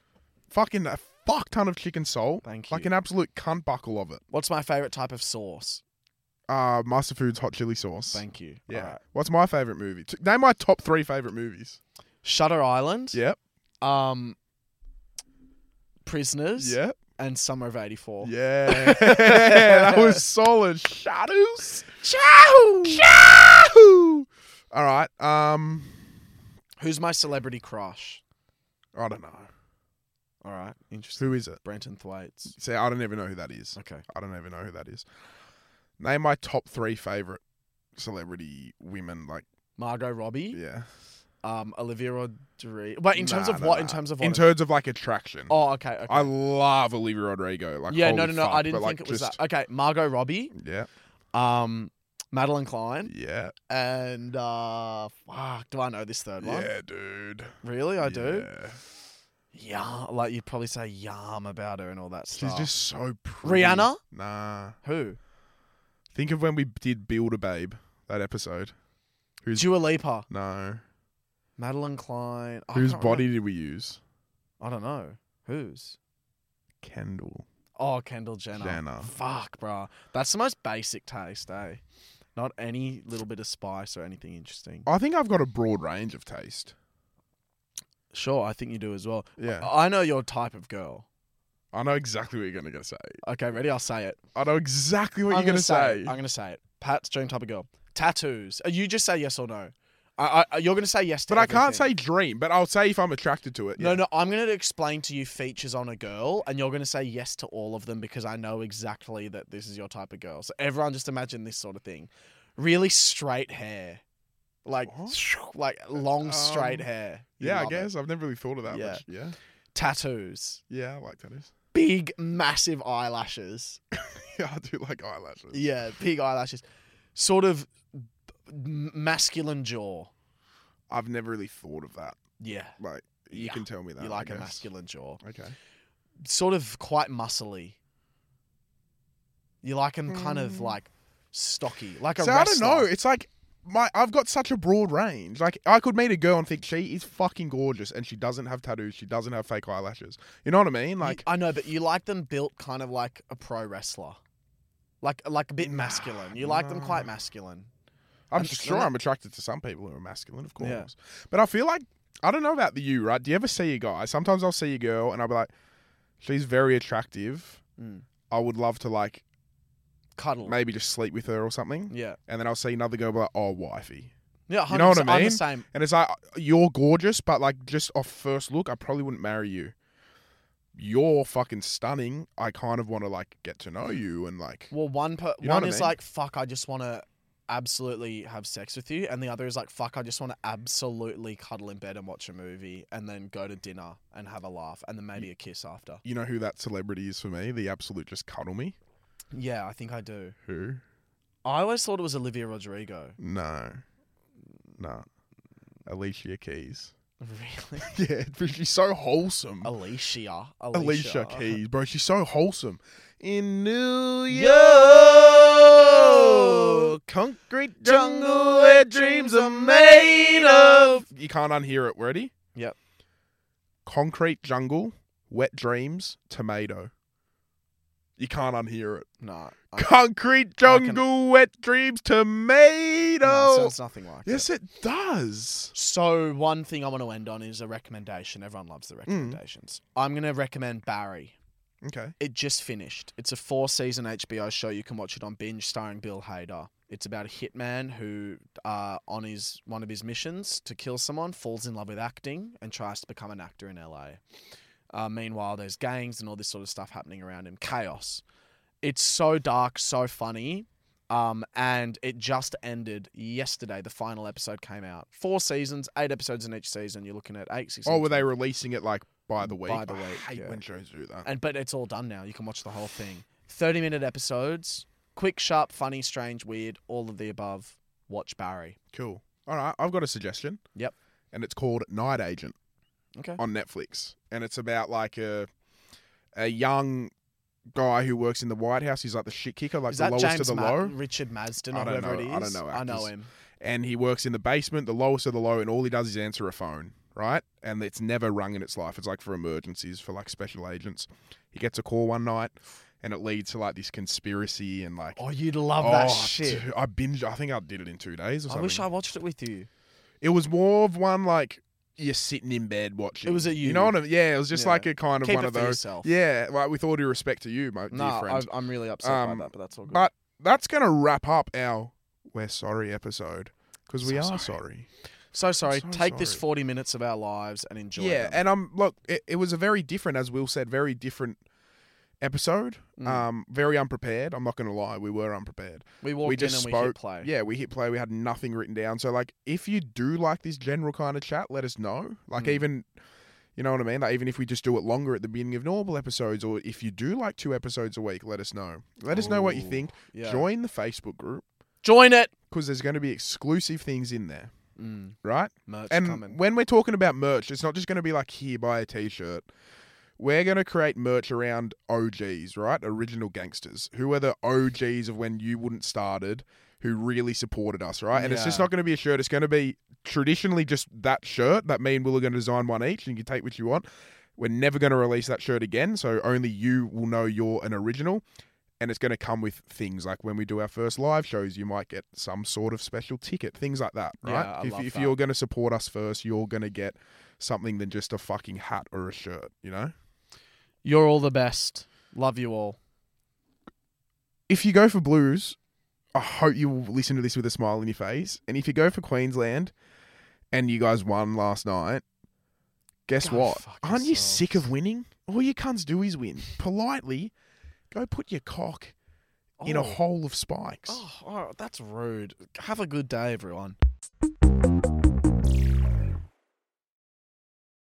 [SPEAKER 1] fucking a fuck ton of chicken soul.
[SPEAKER 2] Thank you.
[SPEAKER 1] Like an absolute cunt buckle of it.
[SPEAKER 2] What's my favorite type of sauce?
[SPEAKER 1] Uh, Master Foods hot chili sauce.
[SPEAKER 2] Thank you.
[SPEAKER 1] yeah.
[SPEAKER 2] Alright.
[SPEAKER 1] What's my favorite movie? T- Name my top three favorite movies.
[SPEAKER 2] Shutter Island.
[SPEAKER 1] Yep.
[SPEAKER 2] Um. Prisoners.
[SPEAKER 1] Yep.
[SPEAKER 2] And Summer of '84.
[SPEAKER 1] Yeah. that was solid. Shadows. Chow. Chow. All right. Um,
[SPEAKER 2] Who's my celebrity crush?
[SPEAKER 1] I don't know.
[SPEAKER 2] All right. Interesting.
[SPEAKER 1] Who is it?
[SPEAKER 2] Brenton Thwaites.
[SPEAKER 1] See, I don't even know who that is.
[SPEAKER 2] Okay.
[SPEAKER 1] I don't even know who that is. Name my top three favorite celebrity women. Like,
[SPEAKER 2] Margot Robbie.
[SPEAKER 1] yeah.
[SPEAKER 2] Um. Olivia Rodrigo. Wait. In terms
[SPEAKER 1] Nah,
[SPEAKER 2] of
[SPEAKER 1] nah,
[SPEAKER 2] what? In
[SPEAKER 1] nah.
[SPEAKER 2] terms of what?
[SPEAKER 1] In terms of like attraction.
[SPEAKER 2] oh. Okay. okay.
[SPEAKER 1] I love Olivia Rodrigo. Like,
[SPEAKER 2] yeah. No. No.
[SPEAKER 1] holy
[SPEAKER 2] No.
[SPEAKER 1] fuck,
[SPEAKER 2] I didn't
[SPEAKER 1] but, like,
[SPEAKER 2] think it was
[SPEAKER 1] just-
[SPEAKER 2] that. Okay. Margot Robbie.
[SPEAKER 1] Yeah,
[SPEAKER 2] Um. Madeline Klein.
[SPEAKER 1] yeah,
[SPEAKER 2] And uh. Fuck. Do I know this third one?
[SPEAKER 1] yeah, dude.
[SPEAKER 2] Really? I do.
[SPEAKER 1] Yeah.
[SPEAKER 2] Yeah, like you'd probably say yam about her and all that
[SPEAKER 1] She's
[SPEAKER 2] stuff.
[SPEAKER 1] just so pretty.
[SPEAKER 2] Rihanna?
[SPEAKER 1] Nah.
[SPEAKER 2] who?
[SPEAKER 1] Think of when we did Build a Babe that episode. Who's-
[SPEAKER 2] Dua Lipa,
[SPEAKER 1] No.
[SPEAKER 2] Madeline Klein. I
[SPEAKER 1] Whose
[SPEAKER 2] can't
[SPEAKER 1] body did we use?
[SPEAKER 2] remember. I don't know. Whose?
[SPEAKER 1] Kendall.
[SPEAKER 2] Oh, Kendall Jenner.
[SPEAKER 1] Jenner.
[SPEAKER 2] Fuck, bruh. That's the most basic taste, eh? Not any little bit of spice or anything interesting.
[SPEAKER 1] I think I've got a broad range of taste.
[SPEAKER 2] Sure, I think you do as well.
[SPEAKER 1] Yeah.
[SPEAKER 2] I know your type of girl.
[SPEAKER 1] I know exactly what you're gonna go say.
[SPEAKER 2] Okay, ready? I'll say it.
[SPEAKER 1] I know exactly what
[SPEAKER 2] I'm
[SPEAKER 1] you're gonna,
[SPEAKER 2] it.
[SPEAKER 1] say.
[SPEAKER 2] I'm gonna say it. Pat's dream type of girl. Tattoos. Uh, You just say yes or no. I, I, you're gonna say yes to
[SPEAKER 1] but I can't
[SPEAKER 2] everything.
[SPEAKER 1] say dream, but I'll say if I'm attracted to it.
[SPEAKER 2] No,
[SPEAKER 1] yeah.
[SPEAKER 2] no, I'm going to explain to you features on a girl, and you're going to say yes to all of them because I know exactly that this is your type of girl. So everyone just imagine this sort of thing. Really straight hair. Like,
[SPEAKER 1] What?
[SPEAKER 2] like long straight
[SPEAKER 1] Um,
[SPEAKER 2] hair. You
[SPEAKER 1] Yeah, I
[SPEAKER 2] love it.
[SPEAKER 1] guess. I've never really thought of that
[SPEAKER 2] Yeah.
[SPEAKER 1] much. Yeah.
[SPEAKER 2] Tattoos.
[SPEAKER 1] Yeah, I like tattoos.
[SPEAKER 2] Big, massive eyelashes.
[SPEAKER 1] Yeah, I do like eyelashes.
[SPEAKER 2] Yeah, big eyelashes. Sort of m- masculine jaw.
[SPEAKER 1] I've never really thought of that.
[SPEAKER 2] Yeah.
[SPEAKER 1] Like you
[SPEAKER 2] Yeah.
[SPEAKER 1] can tell me that.
[SPEAKER 2] you like
[SPEAKER 1] I
[SPEAKER 2] a
[SPEAKER 1] guess.
[SPEAKER 2] masculine jaw.
[SPEAKER 1] Okay.
[SPEAKER 2] sort of quite muscly. You like him kind of
[SPEAKER 1] Mm.
[SPEAKER 2] like stocky, like a
[SPEAKER 1] so
[SPEAKER 2] wrestler.
[SPEAKER 1] I don't know. It's like my I've got such a broad range. Like I could meet a girl and think she is fucking gorgeous and she doesn't have tattoos, she doesn't have fake eyelashes. You know what I mean?
[SPEAKER 2] You-
[SPEAKER 1] Like
[SPEAKER 2] I know, but you like them built kind of like a pro wrestler, like like a bit
[SPEAKER 1] Nah,
[SPEAKER 2] masculine. You like them quite
[SPEAKER 1] nah.
[SPEAKER 2] masculine.
[SPEAKER 1] I'm
[SPEAKER 2] that's-
[SPEAKER 1] sure I'm attracted to some people who are masculine, of course.
[SPEAKER 2] Yeah.
[SPEAKER 1] But I feel like I don't know about the you, right? Do you ever see a guy? Sometimes I'll see a girl and I'll be like, she's very attractive.
[SPEAKER 2] Mm.
[SPEAKER 1] I would love to like
[SPEAKER 2] Cuddle.
[SPEAKER 1] maybe just sleep with her or something.
[SPEAKER 2] Yeah,
[SPEAKER 1] And then I'll see another girl be like, oh wifey.
[SPEAKER 2] yeah.
[SPEAKER 1] You know what I
[SPEAKER 2] 100%. I'm the
[SPEAKER 1] mean?
[SPEAKER 2] same.
[SPEAKER 1] And it's like you're gorgeous, but like just off first look, I probably wouldn't marry you. You're fucking stunning. I kind of want to like get to know you and like
[SPEAKER 2] Well, one per-
[SPEAKER 1] You know
[SPEAKER 2] one
[SPEAKER 1] what I
[SPEAKER 2] is
[SPEAKER 1] mean?
[SPEAKER 2] like fuck. I just want to absolutely have sex with you, and the other is like fuck. I just want to absolutely cuddle in bed and watch a movie, and then go to dinner and have a laugh, and then maybe a kiss after.
[SPEAKER 1] you know who that celebrity is for me. The absolute just cuddle me.
[SPEAKER 2] Yeah, I think I do.
[SPEAKER 1] Who?
[SPEAKER 2] I always thought it was Olivia Rodrigo.
[SPEAKER 1] No, no. Alicia Keys.
[SPEAKER 2] Really?
[SPEAKER 1] yeah, but she's so wholesome.
[SPEAKER 2] Alicia. Alicia.
[SPEAKER 1] Alicia Keys, bro. Sheys so wholesome. In New
[SPEAKER 2] Yo!
[SPEAKER 1] York, concrete
[SPEAKER 2] jungle where dreams are made of.
[SPEAKER 1] You can't unhear it. Ready?
[SPEAKER 2] Yep.
[SPEAKER 1] Concrete jungle, wet dreams, tomato. You can't unhear it.
[SPEAKER 2] Nah. I-
[SPEAKER 1] Concrete
[SPEAKER 2] I can-
[SPEAKER 1] jungle, wet dreams, tomato.
[SPEAKER 2] nah, it sounds nothing like
[SPEAKER 1] yes,
[SPEAKER 2] it.
[SPEAKER 1] it does.
[SPEAKER 2] So one thing I want to end on is a recommendation. Everyone loves the recommendations. I'm gonna recommend Barry.
[SPEAKER 1] Okay.
[SPEAKER 2] It just finished. It's a four season HBO show. You can watch it on binge, starring Bill Hader. It's about a hitman who, uh, on his one of his missions to kill someone, falls in love with acting and tries to become an actor in LA. Uh, meanwhile, there's gangs and all this sort of stuff happening around him. Chaos. It's so dark, so funny. Um, and it just ended yesterday. The final episode came out. Four seasons, eight episodes in each season. You're looking at eight seasons.
[SPEAKER 1] Oh, were they releasing it like by the week?
[SPEAKER 2] By the
[SPEAKER 1] I
[SPEAKER 2] week,
[SPEAKER 1] hate
[SPEAKER 2] yeah.
[SPEAKER 1] when shows do that.
[SPEAKER 2] And but it's all done now. You can watch the whole thing. Thirty minute episodes. Quick, sharp, funny, strange, weird, all of the above. Watch Barry.
[SPEAKER 1] Cool. All right, I've got a suggestion.
[SPEAKER 2] Yep.
[SPEAKER 1] And it's called Night Agent
[SPEAKER 2] Okay.
[SPEAKER 1] on Netflix, and it's about like a a young guy who works in the White House. He's like the shit kicker, like
[SPEAKER 2] Is
[SPEAKER 1] the
[SPEAKER 2] that
[SPEAKER 1] lowest
[SPEAKER 2] James
[SPEAKER 1] of the
[SPEAKER 2] Ma-
[SPEAKER 1] low.
[SPEAKER 2] Richard Madsen
[SPEAKER 1] I
[SPEAKER 2] or
[SPEAKER 1] don't
[SPEAKER 2] whoever
[SPEAKER 1] know-
[SPEAKER 2] it is?
[SPEAKER 1] I don't know
[SPEAKER 2] I know
[SPEAKER 1] actors.
[SPEAKER 2] him.
[SPEAKER 1] and he works in the basement, the lowest of the low, and all he does is answer a phone, right? And it's never rung in its life. It's like for emergencies, for like special agents. He gets a call one night, and it leads to like this conspiracy and like.
[SPEAKER 2] Oh, you'd love that
[SPEAKER 1] Oh,
[SPEAKER 2] shit.
[SPEAKER 1] dude, I binged. I think I did it in two days or
[SPEAKER 2] I
[SPEAKER 1] something.
[SPEAKER 2] wish I watched it with you.
[SPEAKER 1] It was more of one like you're sitting in bed watching.
[SPEAKER 2] It was a
[SPEAKER 1] You
[SPEAKER 2] you.
[SPEAKER 1] know what I mean? Yeah, it was just
[SPEAKER 2] Yeah.
[SPEAKER 1] like a kind of
[SPEAKER 2] Keep
[SPEAKER 1] one
[SPEAKER 2] it
[SPEAKER 1] of
[SPEAKER 2] for
[SPEAKER 1] those.
[SPEAKER 2] yourself.
[SPEAKER 1] Yeah, like with all due respect to you, my dear
[SPEAKER 2] Nah,
[SPEAKER 1] friend.
[SPEAKER 2] I, I'm really upset
[SPEAKER 1] Um,
[SPEAKER 2] by that, but that's all good.
[SPEAKER 1] but- That's gonna wrap up our "We're Sorry" episode because we
[SPEAKER 2] So
[SPEAKER 1] are
[SPEAKER 2] sorry.
[SPEAKER 1] sorry.
[SPEAKER 2] so sorry.
[SPEAKER 1] so
[SPEAKER 2] Take this
[SPEAKER 1] sorry.
[SPEAKER 2] 40 minutes of our lives and enjoy
[SPEAKER 1] Yeah,
[SPEAKER 2] them.
[SPEAKER 1] and I'm look. It, it was a very different, as Will said, very different episode.
[SPEAKER 2] Mm.
[SPEAKER 1] Um, very unprepared. I'm not gonna lie, we were unprepared.
[SPEAKER 2] we walked in
[SPEAKER 1] just
[SPEAKER 2] and we hit
[SPEAKER 1] spoke-
[SPEAKER 2] play.
[SPEAKER 1] Yeah, we hit play. We had nothing written down. So like, if you do like this general kind of chat, let us know. Like
[SPEAKER 2] Mm.
[SPEAKER 1] even, you know what I mean. Like even if we just do it longer at the beginning of normal episodes, or if you do like two episodes a week, let us know. Let us know what you
[SPEAKER 2] Ooh,
[SPEAKER 1] think.
[SPEAKER 2] yeah.
[SPEAKER 1] Join the Facebook group
[SPEAKER 2] Join it.
[SPEAKER 1] because there's going to be exclusive things in there,
[SPEAKER 2] Mm,
[SPEAKER 1] right?
[SPEAKER 2] merch
[SPEAKER 1] and
[SPEAKER 2] coming.
[SPEAKER 1] when we're talking about merch, it's not just going to be like here buy a t-shirt. We're going to create merch around OGs, right? Original gangsters. Who are the OGs of when you wouldn't started, who really supported us, right? And it's just
[SPEAKER 2] Yeah.
[SPEAKER 1] not going to be a shirt. It's going to be traditionally just that shirt that me and Will are going to design one each and you can take what you want. We're never going to release that shirt again, so only you will know you're an original. And it's going to come with things like when we do our first live shows, you might get some sort of special ticket, things like that, right?
[SPEAKER 2] Yeah, I
[SPEAKER 1] if
[SPEAKER 2] love
[SPEAKER 1] if
[SPEAKER 2] that.
[SPEAKER 1] you're going to support us first, you're going to get something than just a fucking hat or a shirt, you know?
[SPEAKER 2] You're all the best. Love you all.
[SPEAKER 1] If you go for blues, I hope you will listen to this with a smile on your face. And if you go for Queensland and you guys won last night, guess
[SPEAKER 2] Go
[SPEAKER 1] what?
[SPEAKER 2] fuck
[SPEAKER 1] Aren't you sick of
[SPEAKER 2] yourselves.
[SPEAKER 1] winning? All you cunts do is win. Politely, go put your cock in a
[SPEAKER 2] Oh.
[SPEAKER 1] hole of spikes.
[SPEAKER 2] Oh, oh, that's rude. Have a good day, everyone.